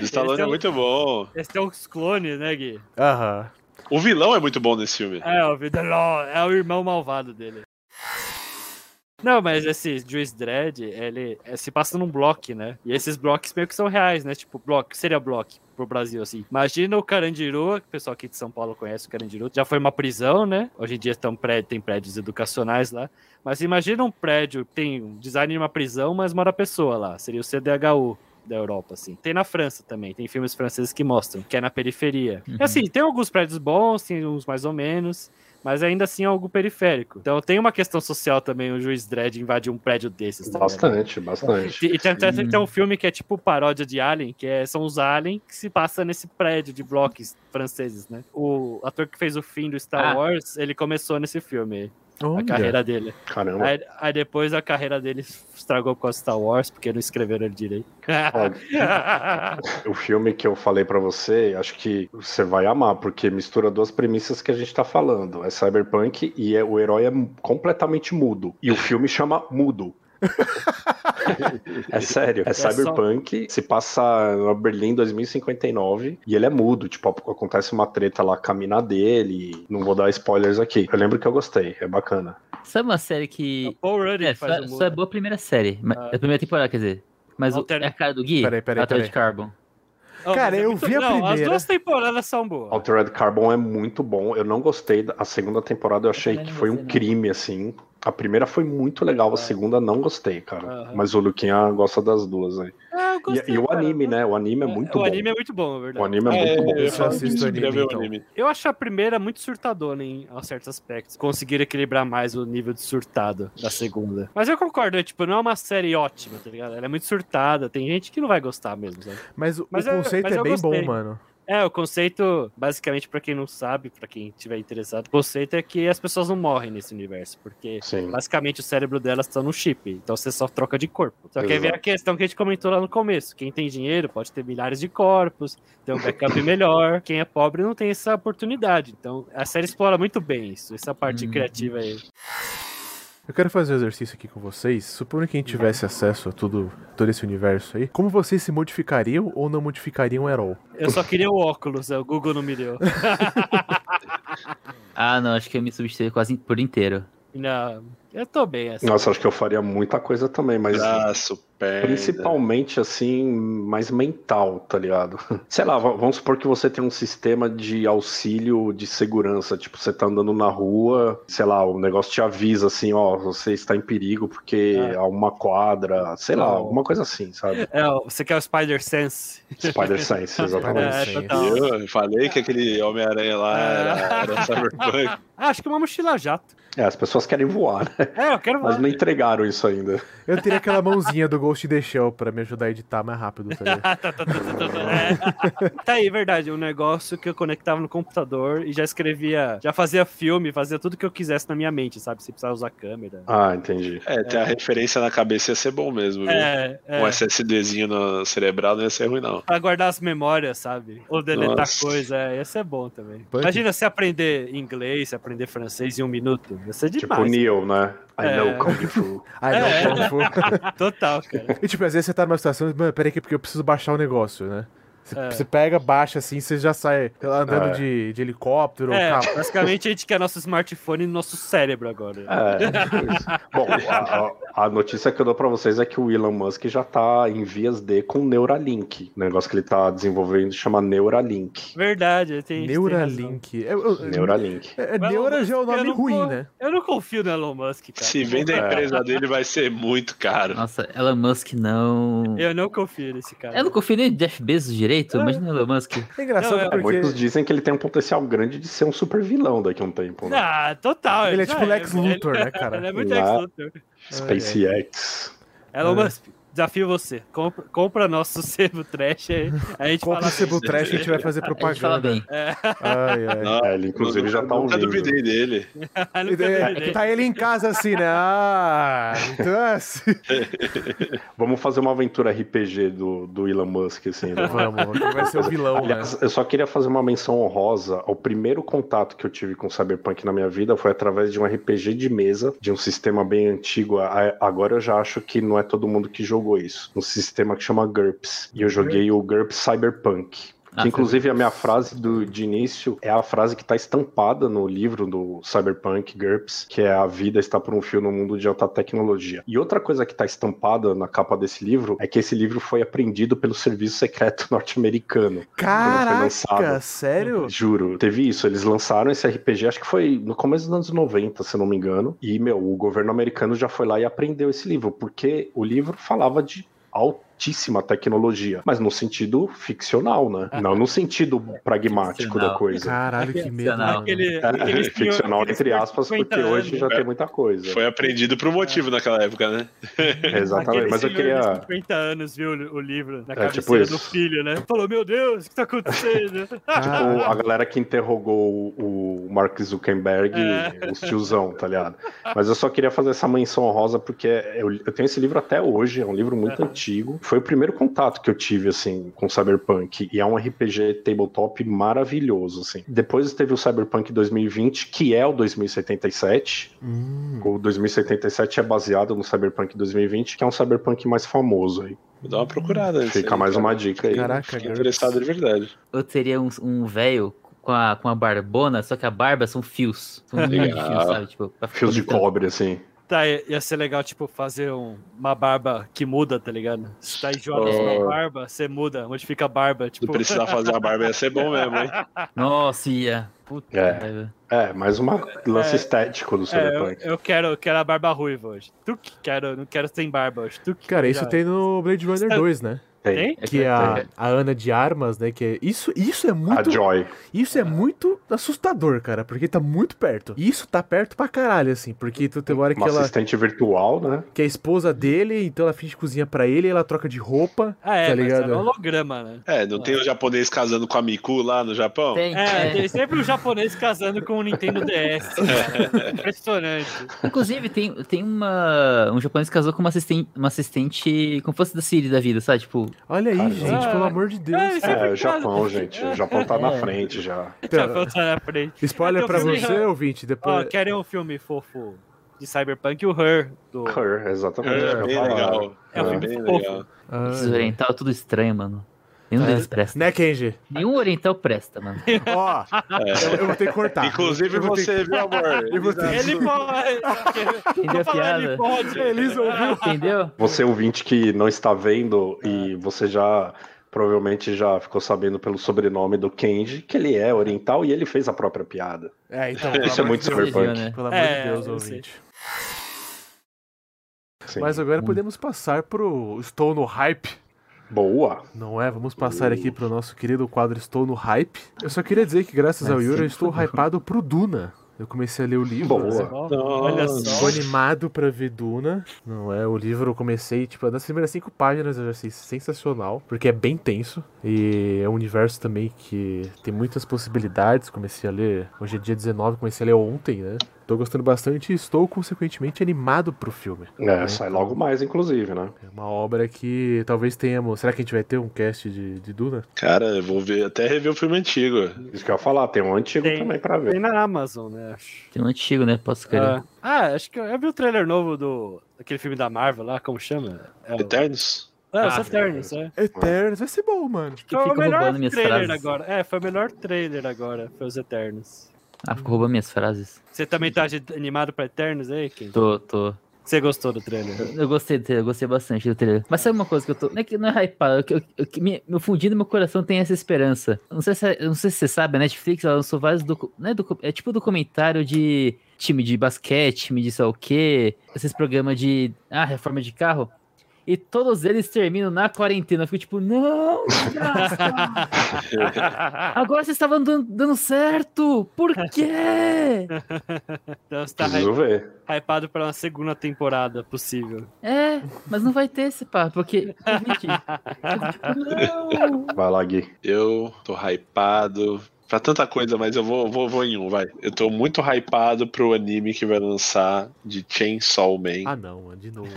[SPEAKER 2] O Stallone é muito bom.
[SPEAKER 3] Esse é os clones, né, Gui?
[SPEAKER 1] Aham.
[SPEAKER 2] O vilão é muito bom nesse filme.
[SPEAKER 3] É, o Vidaló, é o irmão malvado dele. Não, mas esse Juiz Dredd, ele é, se passa num bloco, né? E esses blocos meio que são reais, né? Tipo, bloco, seria bloco pro Brasil, assim. Imagina o Carandiru, que o pessoal aqui de São Paulo conhece o Carandiru, já foi uma prisão, né? Hoje em dia tão prédio, tem prédios educacionais lá. Mas imagina um prédio, tem um design de uma prisão, mas mora pessoa lá. Seria o CDHU da Europa, assim. Tem na França também, tem filmes franceses que mostram, que é na periferia. E, assim, tem alguns prédios bons, tem uns mais ou menos, mas ainda assim é algo periférico. Então tem uma questão social também, o juiz Dredd invadir um prédio desses. tá ligado?
[SPEAKER 5] Bastante, bastante.
[SPEAKER 3] E tem até tem até um filme que é tipo paródia de Alien, que é- são os Alien que se passa nesse prédio de blocos franceses, né? O ator que fez o fim do Star
[SPEAKER 4] Ah.
[SPEAKER 3] Wars, ele começou nesse filme,
[SPEAKER 1] Olha.
[SPEAKER 3] a carreira dele.
[SPEAKER 5] Caramba.
[SPEAKER 3] Aí, aí depois a carreira dele estragou com a Star Wars, porque não escreveram ele direito.
[SPEAKER 4] É,
[SPEAKER 5] O filme que eu falei pra você, acho que você vai amar, porque mistura duas premissas que a gente tá falando. É cyberpunk e é- o herói é completamente mudo. E o filme chama Mudo. é sério, é,
[SPEAKER 3] só-
[SPEAKER 5] cyberpunk, se passa na Berlim em 2059 e ele é mudo, tipo, acontece uma treta lá com a mina dele, não vou dar spoilers aqui. Eu lembro que eu gostei, é bacana.
[SPEAKER 4] Sabe uma série que.
[SPEAKER 3] Paul Rudd
[SPEAKER 4] É,
[SPEAKER 3] que
[SPEAKER 4] só,
[SPEAKER 3] faz o
[SPEAKER 4] só é
[SPEAKER 3] mundo.
[SPEAKER 4] boa a primeira série. mas-
[SPEAKER 3] Ah.
[SPEAKER 4] A primeira temporada, quer dizer. Mas o-
[SPEAKER 3] Alter-
[SPEAKER 4] é a cara do Gui?
[SPEAKER 1] Peraí, peraí,
[SPEAKER 4] Altered
[SPEAKER 1] peraí.
[SPEAKER 4] Carbon.
[SPEAKER 3] Oh, mas
[SPEAKER 1] Cara, eu
[SPEAKER 3] muito-
[SPEAKER 1] vi a
[SPEAKER 3] não, As
[SPEAKER 1] primeira.
[SPEAKER 3] duas temporadas são boas.
[SPEAKER 5] Altered Carbon é muito bom. Eu não gostei da a segunda temporada, eu achei
[SPEAKER 4] também
[SPEAKER 5] que
[SPEAKER 4] não
[SPEAKER 5] foi um
[SPEAKER 4] gostei, não.
[SPEAKER 5] crime assim. A primeira foi muito legal, a segunda não gostei, cara.
[SPEAKER 3] Aham.
[SPEAKER 5] Mas o Luquinha gosta das duas, né?
[SPEAKER 3] Ah, eu
[SPEAKER 5] E-
[SPEAKER 3] gostei,
[SPEAKER 5] e, o
[SPEAKER 3] cara.
[SPEAKER 5] anime, né? O anime é muito
[SPEAKER 3] o
[SPEAKER 5] bom.
[SPEAKER 3] anime é muito bom, é verdade.
[SPEAKER 5] O anime é
[SPEAKER 2] É,
[SPEAKER 5] muito bom.
[SPEAKER 2] eu
[SPEAKER 1] só
[SPEAKER 2] falo
[SPEAKER 1] assisto
[SPEAKER 2] disso,
[SPEAKER 1] anime,
[SPEAKER 2] queria ver o
[SPEAKER 1] então.
[SPEAKER 2] anime.
[SPEAKER 3] Eu acho a primeira muito surtadona em a certos aspectos. Conseguir equilibrar mais o nível de surtado da segunda. Mas eu concordo, é, tipo, não é uma série ótima, tá ligado? Ela é muito surtada, tem gente que não vai gostar mesmo, sabe?
[SPEAKER 1] Mas o
[SPEAKER 3] Mas
[SPEAKER 1] o
[SPEAKER 3] eu-
[SPEAKER 1] conceito
[SPEAKER 3] mas
[SPEAKER 1] é
[SPEAKER 3] eu
[SPEAKER 1] bem bom,
[SPEAKER 3] gostei.
[SPEAKER 1] mano.
[SPEAKER 3] É, o conceito, basicamente, pra quem não sabe, pra quem tiver interessado, o conceito é que as pessoas não morrem nesse universo, porque
[SPEAKER 5] Sim.
[SPEAKER 3] basicamente o cérebro delas tá no chip, então você só troca de corpo. Só que aí vem a
[SPEAKER 5] Exato.
[SPEAKER 3] questão que a gente comentou lá no começo: quem tem dinheiro pode ter milhares de corpos, tem um backup melhor, quem é pobre não tem essa oportunidade. Então a série explora muito bem isso, essa parte
[SPEAKER 4] Hum.
[SPEAKER 3] criativa aí.
[SPEAKER 1] Eu quero fazer um exercício aqui com vocês. Supondo que a gente
[SPEAKER 3] Uhum.
[SPEAKER 1] tivesse acesso a tudo, todo esse universo aí, como vocês se modificariam ou não modificariam at all?
[SPEAKER 3] Eu só queria o óculos, o Google não me deu.
[SPEAKER 4] Ah, não, acho que eu me substituí quase por inteiro.
[SPEAKER 3] Não, eu tô bem assim.
[SPEAKER 5] Nossa, acho que eu faria muita coisa também, mas.
[SPEAKER 2] Braço,
[SPEAKER 3] É,
[SPEAKER 2] perna.
[SPEAKER 5] Principalmente assim, mais mental, tá ligado? Sei lá, va- vamos supor que você tem um sistema de auxílio de segurança, tipo, você tá andando na rua, sei lá, o negócio te avisa assim, ó, você está em perigo porque
[SPEAKER 3] É.
[SPEAKER 5] há uma quadra, sei lá,
[SPEAKER 3] Não.
[SPEAKER 5] alguma coisa assim, sabe?
[SPEAKER 3] É, você quer o Spider Sense?
[SPEAKER 5] Spider Sense, exatamente.
[SPEAKER 3] É,
[SPEAKER 1] Sim.
[SPEAKER 3] total.
[SPEAKER 2] Eu falei que aquele Homem-Aranha lá
[SPEAKER 3] É.
[SPEAKER 2] era, era Cyberpunk.
[SPEAKER 3] Ah, acho que uma mochila jato.
[SPEAKER 5] É, as pessoas querem voar, né?
[SPEAKER 3] É, eu quero
[SPEAKER 5] Mas
[SPEAKER 3] mais.
[SPEAKER 5] não entregaram isso ainda.
[SPEAKER 1] Eu teria aquela mãozinha do Ghost in the Shell pra me ajudar a editar mais rápido, tá ligado?
[SPEAKER 3] tá, tá, tá, tá, tá, tá. É. Tá aí, verdade. Um negócio que eu conectava no computador e já escrevia, já fazia filme, fazia tudo que eu quisesse na minha mente, sabe? Se precisar usar câmera.
[SPEAKER 5] Ah, entendi.
[SPEAKER 2] É, ter a referência na cabeça ia ser bom mesmo, viu?
[SPEAKER 3] É, é.
[SPEAKER 2] Um SSDzinho no cerebral não ia ser ruim, não.
[SPEAKER 3] Pra guardar as memórias, sabe? Ou deletar
[SPEAKER 2] Nossa.
[SPEAKER 3] coisa, é, ia ser bom também.
[SPEAKER 1] Punk.
[SPEAKER 3] Imagina se aprender inglês, se aprender francês em um minuto. Ia ser
[SPEAKER 5] Tipo
[SPEAKER 3] demais.
[SPEAKER 5] Neo, né? I
[SPEAKER 3] É.
[SPEAKER 5] know Kung Fu.
[SPEAKER 1] Ai, não,
[SPEAKER 3] É.
[SPEAKER 1] por favor.
[SPEAKER 3] Total, cara.
[SPEAKER 1] E tipo, às vezes você tá numa situação, mano, peraí que porque eu preciso baixar o negócio, né? Você
[SPEAKER 3] É.
[SPEAKER 1] você pega, baixa assim, você já sai sei lá, andando
[SPEAKER 5] É.
[SPEAKER 1] de, de helicóptero.
[SPEAKER 3] É,
[SPEAKER 1] cavalo.
[SPEAKER 3] basicamente a gente quer nosso smartphone no nosso cérebro agora.
[SPEAKER 5] É, tipo isso. Bom, a, a- a notícia que eu dou pra vocês é que o Elon Musk já tá em vias de com Neuralink. O negócio que ele tá desenvolvendo chama Neuralink.
[SPEAKER 3] Verdade, tem tem razão.
[SPEAKER 1] Neuralink. É, eu-
[SPEAKER 5] Neuralink.
[SPEAKER 1] é- é-
[SPEAKER 3] Mas,
[SPEAKER 1] Neura
[SPEAKER 3] mas
[SPEAKER 1] já é o nome
[SPEAKER 3] eu não
[SPEAKER 1] ruim,
[SPEAKER 3] vou-
[SPEAKER 1] né?
[SPEAKER 3] Eu não confio no Elon Musk, cara.
[SPEAKER 2] Se
[SPEAKER 5] É.
[SPEAKER 2] vende a empresa dele, vai ser muito caro.
[SPEAKER 5] Ah,
[SPEAKER 4] Nossa, Elon Musk não.
[SPEAKER 3] Eu Ah. não confio nesse cara.
[SPEAKER 4] Eu não confio nem no Jeff Bezos direito, imagina o Elon Musk.
[SPEAKER 1] É engraçado
[SPEAKER 3] Não, é-
[SPEAKER 5] É,
[SPEAKER 1] porque
[SPEAKER 5] Muitos dizem que ele tem um potencial grande de ser um super vilão daqui a um tempo, né?
[SPEAKER 3] Ah, total.
[SPEAKER 1] ele é
[SPEAKER 3] já
[SPEAKER 1] tipo Lex Luthor, né, cara?
[SPEAKER 3] Ele é muito
[SPEAKER 5] Lá-
[SPEAKER 3] Lex Luthor.
[SPEAKER 5] SpaceX.
[SPEAKER 3] Elon
[SPEAKER 1] É.
[SPEAKER 3] Musk, desafio você. Compra, compra nosso sebo trash aí. A gente
[SPEAKER 1] Compra
[SPEAKER 3] fala.
[SPEAKER 1] é
[SPEAKER 3] assim,
[SPEAKER 1] o Cebu Trash, a gente vai fazer
[SPEAKER 4] A gente fala
[SPEAKER 1] propaganda.
[SPEAKER 4] bem.
[SPEAKER 1] Ai, ai.
[SPEAKER 2] Não,
[SPEAKER 5] É, ele inclusive já tá
[SPEAKER 2] Nunca
[SPEAKER 5] ouvindo.
[SPEAKER 2] duvidei dele.
[SPEAKER 3] Ah, nunca duvidei.
[SPEAKER 1] É, tá ele em casa assim, né? Ah, então é assim.
[SPEAKER 5] Vamos fazer uma aventura RPG do, do Elon Musk, assim, né?
[SPEAKER 1] Vamos, que vai ser o vilão, né?
[SPEAKER 5] Aliás, eu só queria fazer uma menção honrosa. O primeiro contato que eu tive com Cyberpunk na minha vida foi através de um RPG de mesa, de um sistema bem antigo. A- Agora eu já acho que não é todo mundo que jogou isso. Um sistema que chama GURPS. E eu joguei o GURPS Cyberpunk.
[SPEAKER 4] Ah,
[SPEAKER 5] Que, inclusive, a minha frase do, de início é a frase que está estampada no livro do Cyberpunk GURPS, que é A Vida está por um fio no mundo de alta tecnologia. E outra coisa que está estampada na capa desse livro é que esse livro foi apreendido pelo Serviço Secreto Norte-Americano.
[SPEAKER 1] Caraca,
[SPEAKER 2] é
[SPEAKER 5] lançado.
[SPEAKER 1] sério?
[SPEAKER 5] Juro, teve isso. Eles lançaram esse RPG, acho que foi no começo dos anos 90, se eu não me engano. E, meu, o governo americano já foi lá e aprendeu esse livro, porque o livro falava de altíssima tecnologia, mas no sentido ficcional, né? Não no sentido pragmático da
[SPEAKER 4] Ficcional.
[SPEAKER 5] coisa.
[SPEAKER 1] Caralho, que medo.
[SPEAKER 4] Sensacional.
[SPEAKER 1] mano.
[SPEAKER 3] Aquele,
[SPEAKER 5] É,
[SPEAKER 3] aquele senhor-
[SPEAKER 5] ficcional
[SPEAKER 3] aquele
[SPEAKER 5] entre
[SPEAKER 3] senhor de
[SPEAKER 5] aspas,
[SPEAKER 3] 50
[SPEAKER 5] porque hoje
[SPEAKER 3] anos.
[SPEAKER 5] já tem muita coisa.
[SPEAKER 2] Foi aprendido por um motivo naquela época, né?
[SPEAKER 5] Exatamente,
[SPEAKER 3] Aquele
[SPEAKER 5] tá mas eu
[SPEAKER 3] senhor de
[SPEAKER 5] queria.
[SPEAKER 3] 50 anos viu o o livro na
[SPEAKER 5] É, tipo
[SPEAKER 3] cabeceira do
[SPEAKER 5] isso.
[SPEAKER 3] filho, né? Falou, meu Deus, o que tá acontecendo?
[SPEAKER 5] Tipo,
[SPEAKER 1] Ah.
[SPEAKER 5] a galera que interrogou o Mark Zuckerberg,
[SPEAKER 3] É.
[SPEAKER 5] os tiozão, tá ligado? Mas eu só queria fazer essa menção honrosa porque eu, eu tenho esse livro até hoje, é um livro muito
[SPEAKER 3] Aham.
[SPEAKER 5] antigo. Foi o primeiro contato que eu tive, assim, com Cyberpunk. E é um RPG tabletop maravilhoso, assim. Depois teve o Cyberpunk 2020, que é o 2077.
[SPEAKER 1] Hum.
[SPEAKER 5] O 2077 é baseado no Cyberpunk 2020, que é um Cyberpunk mais famoso. Aí.
[SPEAKER 2] Vou dar uma procurada. nisso
[SPEAKER 5] Fica
[SPEAKER 2] aí,
[SPEAKER 5] mais
[SPEAKER 2] cara.
[SPEAKER 5] uma dica aí.
[SPEAKER 1] Caraca,
[SPEAKER 2] Fiquei
[SPEAKER 1] cara.
[SPEAKER 2] interessado de verdade.
[SPEAKER 4] Eu teria um, um velho com a, com a barbona, só que a barba são fios. São um monte de
[SPEAKER 2] Legal.
[SPEAKER 4] fios, sabe? Tipo, pra ficar
[SPEAKER 5] Fios de
[SPEAKER 1] Então,
[SPEAKER 4] bonitão.
[SPEAKER 5] cobre, assim.
[SPEAKER 3] Tá, ia ia ser legal, tipo, fazer um- uma barba que muda, tá ligado? Você tá enjoado da sua
[SPEAKER 5] Oh.
[SPEAKER 3] barba, você muda, modifica a barba,
[SPEAKER 2] Se
[SPEAKER 3] tipo...
[SPEAKER 2] precisar fazer a barba, ia ser bom mesmo, hein?
[SPEAKER 4] Nossa, ia. Puta
[SPEAKER 5] É.
[SPEAKER 4] merda.
[SPEAKER 5] É, mais um lance
[SPEAKER 3] É,
[SPEAKER 5] estético do
[SPEAKER 3] É, eu,
[SPEAKER 5] Cyberpunk.
[SPEAKER 3] eu quero, eu quero a barba ruiva hoje. Tu que quero, não quero sem barba hoje. Tu que
[SPEAKER 1] Cara, isso
[SPEAKER 3] já- é.
[SPEAKER 1] tem no Blade Runner 2, né?
[SPEAKER 3] Tem?
[SPEAKER 4] É
[SPEAKER 1] Que a, a Ana de Armas, né? Que é, isso, isso é
[SPEAKER 5] A
[SPEAKER 1] muito.
[SPEAKER 5] Joy.
[SPEAKER 1] Isso é muito assustador, cara. Porque tá muito perto. E isso tá perto pra caralho, assim. Porque tu tem uma hora que
[SPEAKER 5] Uma
[SPEAKER 1] ela.
[SPEAKER 5] assistente virtual, né?
[SPEAKER 1] Que é a esposa dele, então ela finge cozinha pra ele, ela troca de roupa.
[SPEAKER 3] Ah, é,
[SPEAKER 1] tá
[SPEAKER 3] mas
[SPEAKER 1] ligado?
[SPEAKER 3] é um holograma, né?
[SPEAKER 2] É, não tem o japonês casando com a Miku lá no Japão?
[SPEAKER 4] Tem,
[SPEAKER 3] É,
[SPEAKER 4] é.
[SPEAKER 3] tem sempre um japonês casando com um Nintendo DS, cara. Impressionante.
[SPEAKER 4] Inclusive, tem, tem uma. Um japonês casou com uma assistente, uma assistente. Como fosse da Siri da vida, sabe? Tipo,
[SPEAKER 1] Olha aí,
[SPEAKER 5] Caralho.
[SPEAKER 1] gente, pelo amor de Deus.
[SPEAKER 3] É, isso
[SPEAKER 5] É,
[SPEAKER 3] Sempre
[SPEAKER 5] o Japão,
[SPEAKER 3] casa.
[SPEAKER 5] gente. O Japão tá na
[SPEAKER 4] É.
[SPEAKER 5] frente já.
[SPEAKER 3] Já
[SPEAKER 1] Então, é.
[SPEAKER 3] vou estar na frente.
[SPEAKER 1] spoiler
[SPEAKER 3] Então,
[SPEAKER 1] pra
[SPEAKER 3] filme-
[SPEAKER 1] você, ouvinte.
[SPEAKER 3] Ó,
[SPEAKER 1] Depois.
[SPEAKER 3] querem um filme fofo de Cyberpunk? O Her, do...
[SPEAKER 5] Her, exatamente.
[SPEAKER 2] É,
[SPEAKER 5] que eu
[SPEAKER 2] bem
[SPEAKER 5] falava.
[SPEAKER 2] legal.
[SPEAKER 3] É um
[SPEAKER 5] É.
[SPEAKER 2] bem
[SPEAKER 3] filme
[SPEAKER 2] legal.
[SPEAKER 3] fofo.
[SPEAKER 1] Ah,
[SPEAKER 4] esses oriental é tudo estranho, mano. Nenhum
[SPEAKER 1] É.
[SPEAKER 4] deles presta.
[SPEAKER 1] né, Kenji?
[SPEAKER 4] Nenhum oriental presta, mano.
[SPEAKER 1] Ó, eu, eu vou ter que
[SPEAKER 3] Tá,
[SPEAKER 1] cortar.
[SPEAKER 2] Inclusive
[SPEAKER 1] eu vou ter
[SPEAKER 2] você, viu, amor?
[SPEAKER 1] Eu vou ter-
[SPEAKER 3] Ele é pode...
[SPEAKER 4] Entendeu a
[SPEAKER 3] Vou falar, ele
[SPEAKER 4] piada?
[SPEAKER 3] pode.
[SPEAKER 1] Eles ouviram.
[SPEAKER 4] Entendeu?
[SPEAKER 5] Você ouvinte que não está vendo
[SPEAKER 3] É.
[SPEAKER 5] e você já provavelmente já ficou sabendo pelo sobrenome do Kenji que ele é oriental e ele fez a própria piada.
[SPEAKER 1] É, então.
[SPEAKER 5] Isso
[SPEAKER 1] pelo
[SPEAKER 5] é
[SPEAKER 1] amor
[SPEAKER 5] muito
[SPEAKER 1] de Deus,
[SPEAKER 5] cyberpunk.
[SPEAKER 4] né?
[SPEAKER 1] Pelo amor
[SPEAKER 3] É,
[SPEAKER 1] de Deus,
[SPEAKER 3] eu sei.
[SPEAKER 1] ouvinte.
[SPEAKER 5] Sim.
[SPEAKER 1] Mas agora
[SPEAKER 4] Hum.
[SPEAKER 1] podemos passar pro Estou no Hype.
[SPEAKER 5] Boa.
[SPEAKER 1] Não é? Vamos passar aqui pro nosso querido quadro Estou no Hype. Eu só queria dizer que, graças
[SPEAKER 4] É,
[SPEAKER 1] ao Yuri, eu
[SPEAKER 4] sempre
[SPEAKER 1] estou
[SPEAKER 4] foi.
[SPEAKER 1] hypado pro Duna. Eu comecei a ler o livro.
[SPEAKER 5] Boa.
[SPEAKER 1] né?
[SPEAKER 3] Olha só.
[SPEAKER 1] Tô animado pra ver Duna. Não é? O livro eu comecei, tipo, nas primeiras cinco páginas eu já achei sensacional, porque é bem tenso. E é um universo também que tem muitas possibilidades. Comecei a ler. Hoje é dia 19, comecei a ler ontem, né? Tô gostando bastante e estou, consequentemente, animado pro filme.
[SPEAKER 3] Uhum.
[SPEAKER 5] É, sai logo mais, inclusive, né?
[SPEAKER 1] É uma obra que talvez tenhamos. Será que a gente vai ter um cast de, de Duna?
[SPEAKER 2] Cara, eu vou ver, até rever o filme antigo.
[SPEAKER 5] Isso que eu ia falar, tem um antigo
[SPEAKER 3] Tem.
[SPEAKER 5] também pra ver.
[SPEAKER 3] Tem na Amazon, né? acho.
[SPEAKER 4] Tem um antigo, né? Posso querer.
[SPEAKER 3] Ah, ah, acho que eu, eu vi o trailer novo do... Aquele filme da Marvel lá, como chama? É o-
[SPEAKER 2] Eternos?
[SPEAKER 3] É,
[SPEAKER 4] Ah,
[SPEAKER 3] o Saturnus, é.
[SPEAKER 1] Eternos, vai ser bom, mano.
[SPEAKER 4] Que
[SPEAKER 3] foi
[SPEAKER 4] fica
[SPEAKER 3] É o melhor
[SPEAKER 4] roubando minhas
[SPEAKER 3] trailer
[SPEAKER 4] frases.
[SPEAKER 3] agora. É, foi o melhor trailer agora. Foi os Eternos.
[SPEAKER 4] Ah, ficou roubando minhas frases.
[SPEAKER 3] Você também tá agi- animado pra Eternos aí, Ken?
[SPEAKER 4] Tô, tô.
[SPEAKER 3] Você gostou do trailer?
[SPEAKER 4] Eu gostei do trailer, eu gostei bastante do trailer. Mas sabe uma coisa que eu tô. Não é que não é hypado, eu, eu, eu, que me- meu fundido meu coração tem essa esperança. Eu Não sei se, eu não sei se você sabe, a Netflix ela lançou vários. Docu, não é, docu- é tipo documentário de time de basquete, time de sei lá o quê, esses programas de. Ah, reforma de carro. E todos eles terminam na quarentena. Eu fico tipo, não, desgraça! Agora vocês estavam dando, dando certo! Por quê?
[SPEAKER 3] Então você tá
[SPEAKER 5] Preciso ver.
[SPEAKER 3] hy- hypado pra uma segunda temporada possível.
[SPEAKER 4] É, mas não vai ter esse pá, porque. Covid. Eu fico, não!
[SPEAKER 5] Vai lá, Gui.
[SPEAKER 2] Eu tô hypado pra tanta coisa, mas eu vou, vou, vou em um, vai. Eu tô muito hypado pro anime que vai lançar de Chainsaw Man.
[SPEAKER 1] Ah, não, mano, de novo.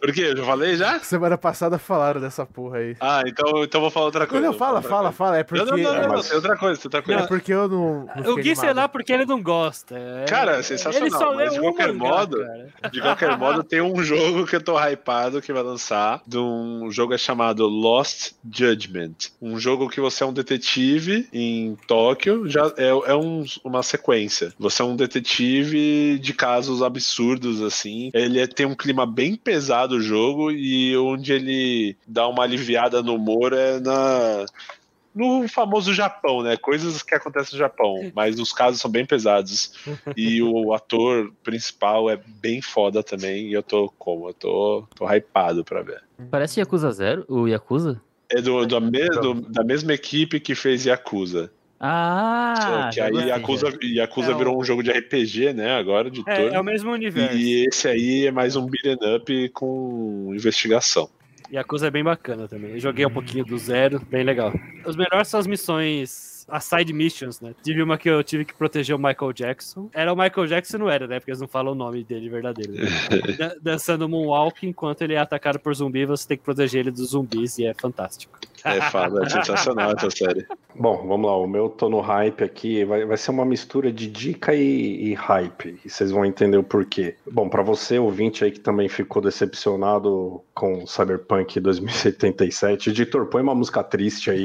[SPEAKER 2] Por quê? Eu já falei já?
[SPEAKER 1] Semana passada falaram dessa porra aí.
[SPEAKER 2] Ah, então, então eu vou falar outra
[SPEAKER 1] Não,
[SPEAKER 2] coisa.
[SPEAKER 1] não, fala,
[SPEAKER 2] Outra coisa.
[SPEAKER 1] fala, fala. É porque.
[SPEAKER 2] Não, não, não, não, não,
[SPEAKER 5] mas-
[SPEAKER 2] tem outra coisa, tem outra coisa.
[SPEAKER 1] É porque eu não. não
[SPEAKER 3] O
[SPEAKER 1] fiquei
[SPEAKER 3] Gui, sei
[SPEAKER 1] animado.
[SPEAKER 3] lá, porque ele não gosta. É-
[SPEAKER 2] Cara, sensacional,
[SPEAKER 3] Ele só
[SPEAKER 2] mas
[SPEAKER 3] leu
[SPEAKER 2] de
[SPEAKER 3] um
[SPEAKER 2] qualquer
[SPEAKER 3] mangá,
[SPEAKER 2] modo-
[SPEAKER 3] cara.
[SPEAKER 2] De qualquer modo, tem um jogo que eu tô hypado que vai lançar. De um jogo chamado Lost Judgment. Um jogo que você é um detetive em Tóquio. Já é, é um- uma sequência. Você é um detetive de casos absurdos, assim. Ele é- tem um clima bem pesado o jogo. E onde ele dá uma aliviada no humor é na. No famoso Japão, né? Coisas que acontecem no Japão, mas os casos são bem pesados. E o ator principal é bem foda também. E eu tô como? Eu tô, tô hypado pra ver.
[SPEAKER 4] Parece Yakuza Zero, o Yakuza?
[SPEAKER 2] É do, do, me- do- da mesma equipe que fez Yakuza.
[SPEAKER 4] Ah!
[SPEAKER 2] Só que
[SPEAKER 4] já
[SPEAKER 2] aí
[SPEAKER 4] gostei,
[SPEAKER 2] Yakuza,
[SPEAKER 4] já.
[SPEAKER 2] Yakuza
[SPEAKER 3] É o-
[SPEAKER 2] virou um jogo de RPG, né? Agora de
[SPEAKER 3] É, é o
[SPEAKER 2] turno.
[SPEAKER 3] mesmo universo. E...
[SPEAKER 2] E esse aí é mais um beat'em up com investigação.
[SPEAKER 3] a coisa é bem bacana também. Eu joguei um pouquinho do zero, bem legal. Os melhores são as missões, as side missions, né? Tive uma que eu tive que proteger o Michael Jackson. Era o Michael Jackson, não era, né? Porque eles não falam o nome dele verdadeiro. Né? Dan- Dançando Moonwalk, enquanto ele é atacado por zumbi, você tem que proteger ele dos zumbis e é fantástico.
[SPEAKER 2] É foda, é sensacional essa série.
[SPEAKER 5] Bom, vamos lá. O meu tô no hype aqui. Vai, vai ser uma mistura de dica e, e hype. E vocês vão entender o porquê. Bom, pra você, ouvinte aí que também ficou decepcionado com Cyberpunk 2077, editor, põe uma música triste aí.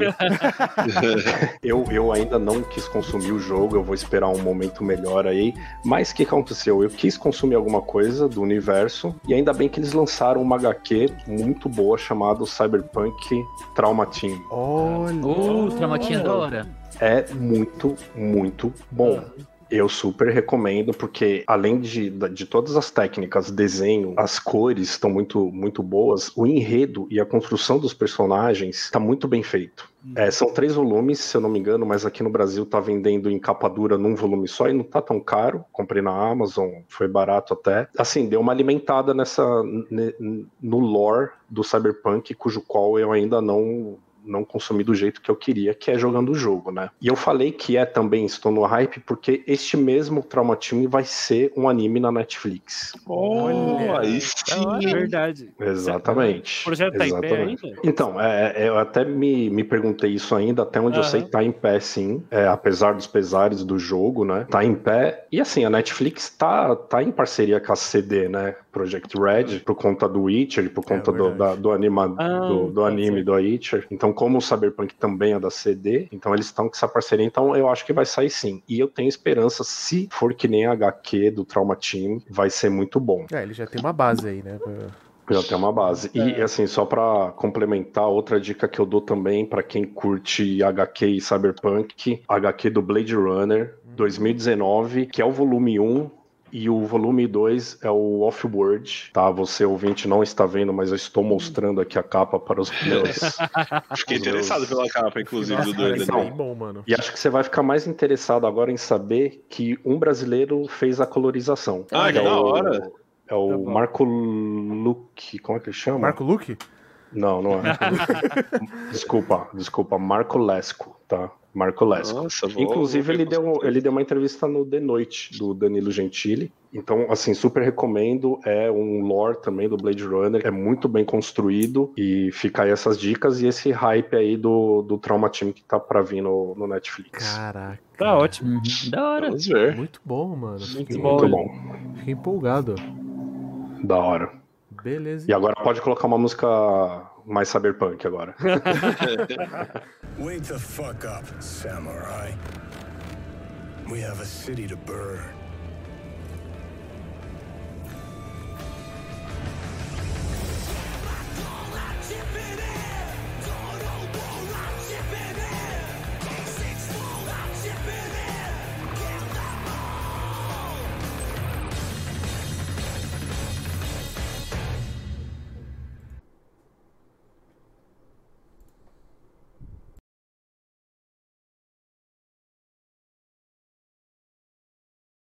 [SPEAKER 5] eu, eu ainda não quis consumir o jogo, eu vou esperar um momento melhor aí. Mas o que aconteceu? Eu quis consumir alguma coisa do universo, e ainda bem que eles lançaram uma HQ muito boa chamada Cyberpunk Trauma Team.
[SPEAKER 1] Olha.
[SPEAKER 4] Ô, traumatinha da hora.
[SPEAKER 5] É muito, muito bom. Eu super recomendo, porque além de, de todas as técnicas, desenho, as cores estão muito, muito boas, o enredo e a construção dos personagens está muito bem feito. É, são três volumes, se eu não me engano, mas aqui no Brasil tá vendendo em capa dura num volume só e não tá tão caro. Comprei na Amazon, foi barato até. Assim, deu uma alimentada nessa ne- no lore do Cyberpunk, cujo qual eu ainda não não consumi do jeito que eu queria, que é jogando o jogo, né? E eu falei que é também estou no hype porque este mesmo Trauma Team vai ser um anime na Netflix.
[SPEAKER 2] Olha,
[SPEAKER 5] É,
[SPEAKER 2] aí sim.
[SPEAKER 3] É verdade.
[SPEAKER 5] Exatamente.
[SPEAKER 3] O projeto tá em pé
[SPEAKER 5] Exatamente.
[SPEAKER 3] ainda?
[SPEAKER 5] Então, é, é, eu até me, me perguntei isso ainda, até onde eu
[SPEAKER 3] Aham.
[SPEAKER 5] sei tá em pé, sim. É, apesar dos pesares do jogo, né? Tá em pé. E assim, a Netflix tá, tá em parceria com a CD, né? Project Red, por conta do Witcher, por conta do,
[SPEAKER 1] verdade.
[SPEAKER 5] da- do, anima,
[SPEAKER 3] Uhum. Ah,
[SPEAKER 5] do, do
[SPEAKER 3] pode
[SPEAKER 5] anime
[SPEAKER 3] ser.
[SPEAKER 5] do Witcher. Então, como o Cyberpunk também é da CD, então eles estão com essa parceria. Então, eu acho que vai sair sim. E eu tenho esperança, se for que nem a HQ do Trauma Team, vai ser muito bom.
[SPEAKER 1] É, ele já tem uma base aí, né?
[SPEAKER 5] Já tem uma base.
[SPEAKER 2] É.
[SPEAKER 5] E assim, só pra complementar, outra dica que eu dou também pra quem curte HQ e Cyberpunk, HQ do Blade Runner
[SPEAKER 2] Uhum.
[SPEAKER 5] 2019, que é o volume 1 e o volume 2 é o Off-World, tá? Você ouvinte não está vendo, mas eu
[SPEAKER 2] Uhum.
[SPEAKER 5] estou mostrando aqui a capa para os meus.
[SPEAKER 2] Fiquei interessado pela capa, inclusive, do
[SPEAKER 1] Nossa,
[SPEAKER 2] doido.
[SPEAKER 1] cara,
[SPEAKER 5] né?
[SPEAKER 1] é bem bom, mano.
[SPEAKER 5] E acho que você vai ficar mais interessado agora em saber que um brasileiro fez a colorização.
[SPEAKER 2] Ah, que
[SPEAKER 5] é
[SPEAKER 2] da
[SPEAKER 5] o-
[SPEAKER 2] hora.
[SPEAKER 5] É o
[SPEAKER 3] Tá bom.
[SPEAKER 5] Marco Luque, como é que ele chama?
[SPEAKER 1] Marco Luke?
[SPEAKER 5] Não, não é. desculpa, desculpa. Marco Lesco, tá? Marco Lesco.
[SPEAKER 2] Nossa, vou-
[SPEAKER 5] Inclusive,
[SPEAKER 2] vou ver
[SPEAKER 5] ele
[SPEAKER 2] com
[SPEAKER 5] deu, um,
[SPEAKER 2] certeza.
[SPEAKER 5] ele deu uma entrevista no The Noite, do Danilo Gentili. Então, assim, super recomendo. É um lore também do Blade Runner. É muito bem construído. E fica aí essas dicas e esse hype aí do, do Trauma Team que tá pra vir no, no Netflix.
[SPEAKER 1] Caraca.
[SPEAKER 3] Tá ótimo.
[SPEAKER 4] Uhum, da hora.
[SPEAKER 5] um
[SPEAKER 2] Vamos ver.
[SPEAKER 1] Muito bom, mano. Fiquei,
[SPEAKER 3] bom.
[SPEAKER 5] Muito bom.
[SPEAKER 1] fiquei empolgado.
[SPEAKER 5] Da hora.
[SPEAKER 1] Beleza. então.
[SPEAKER 5] E agora pode colocar uma música mais cyberpunk agora.
[SPEAKER 6] Wake the fuck up, samurai. We have a city to burn.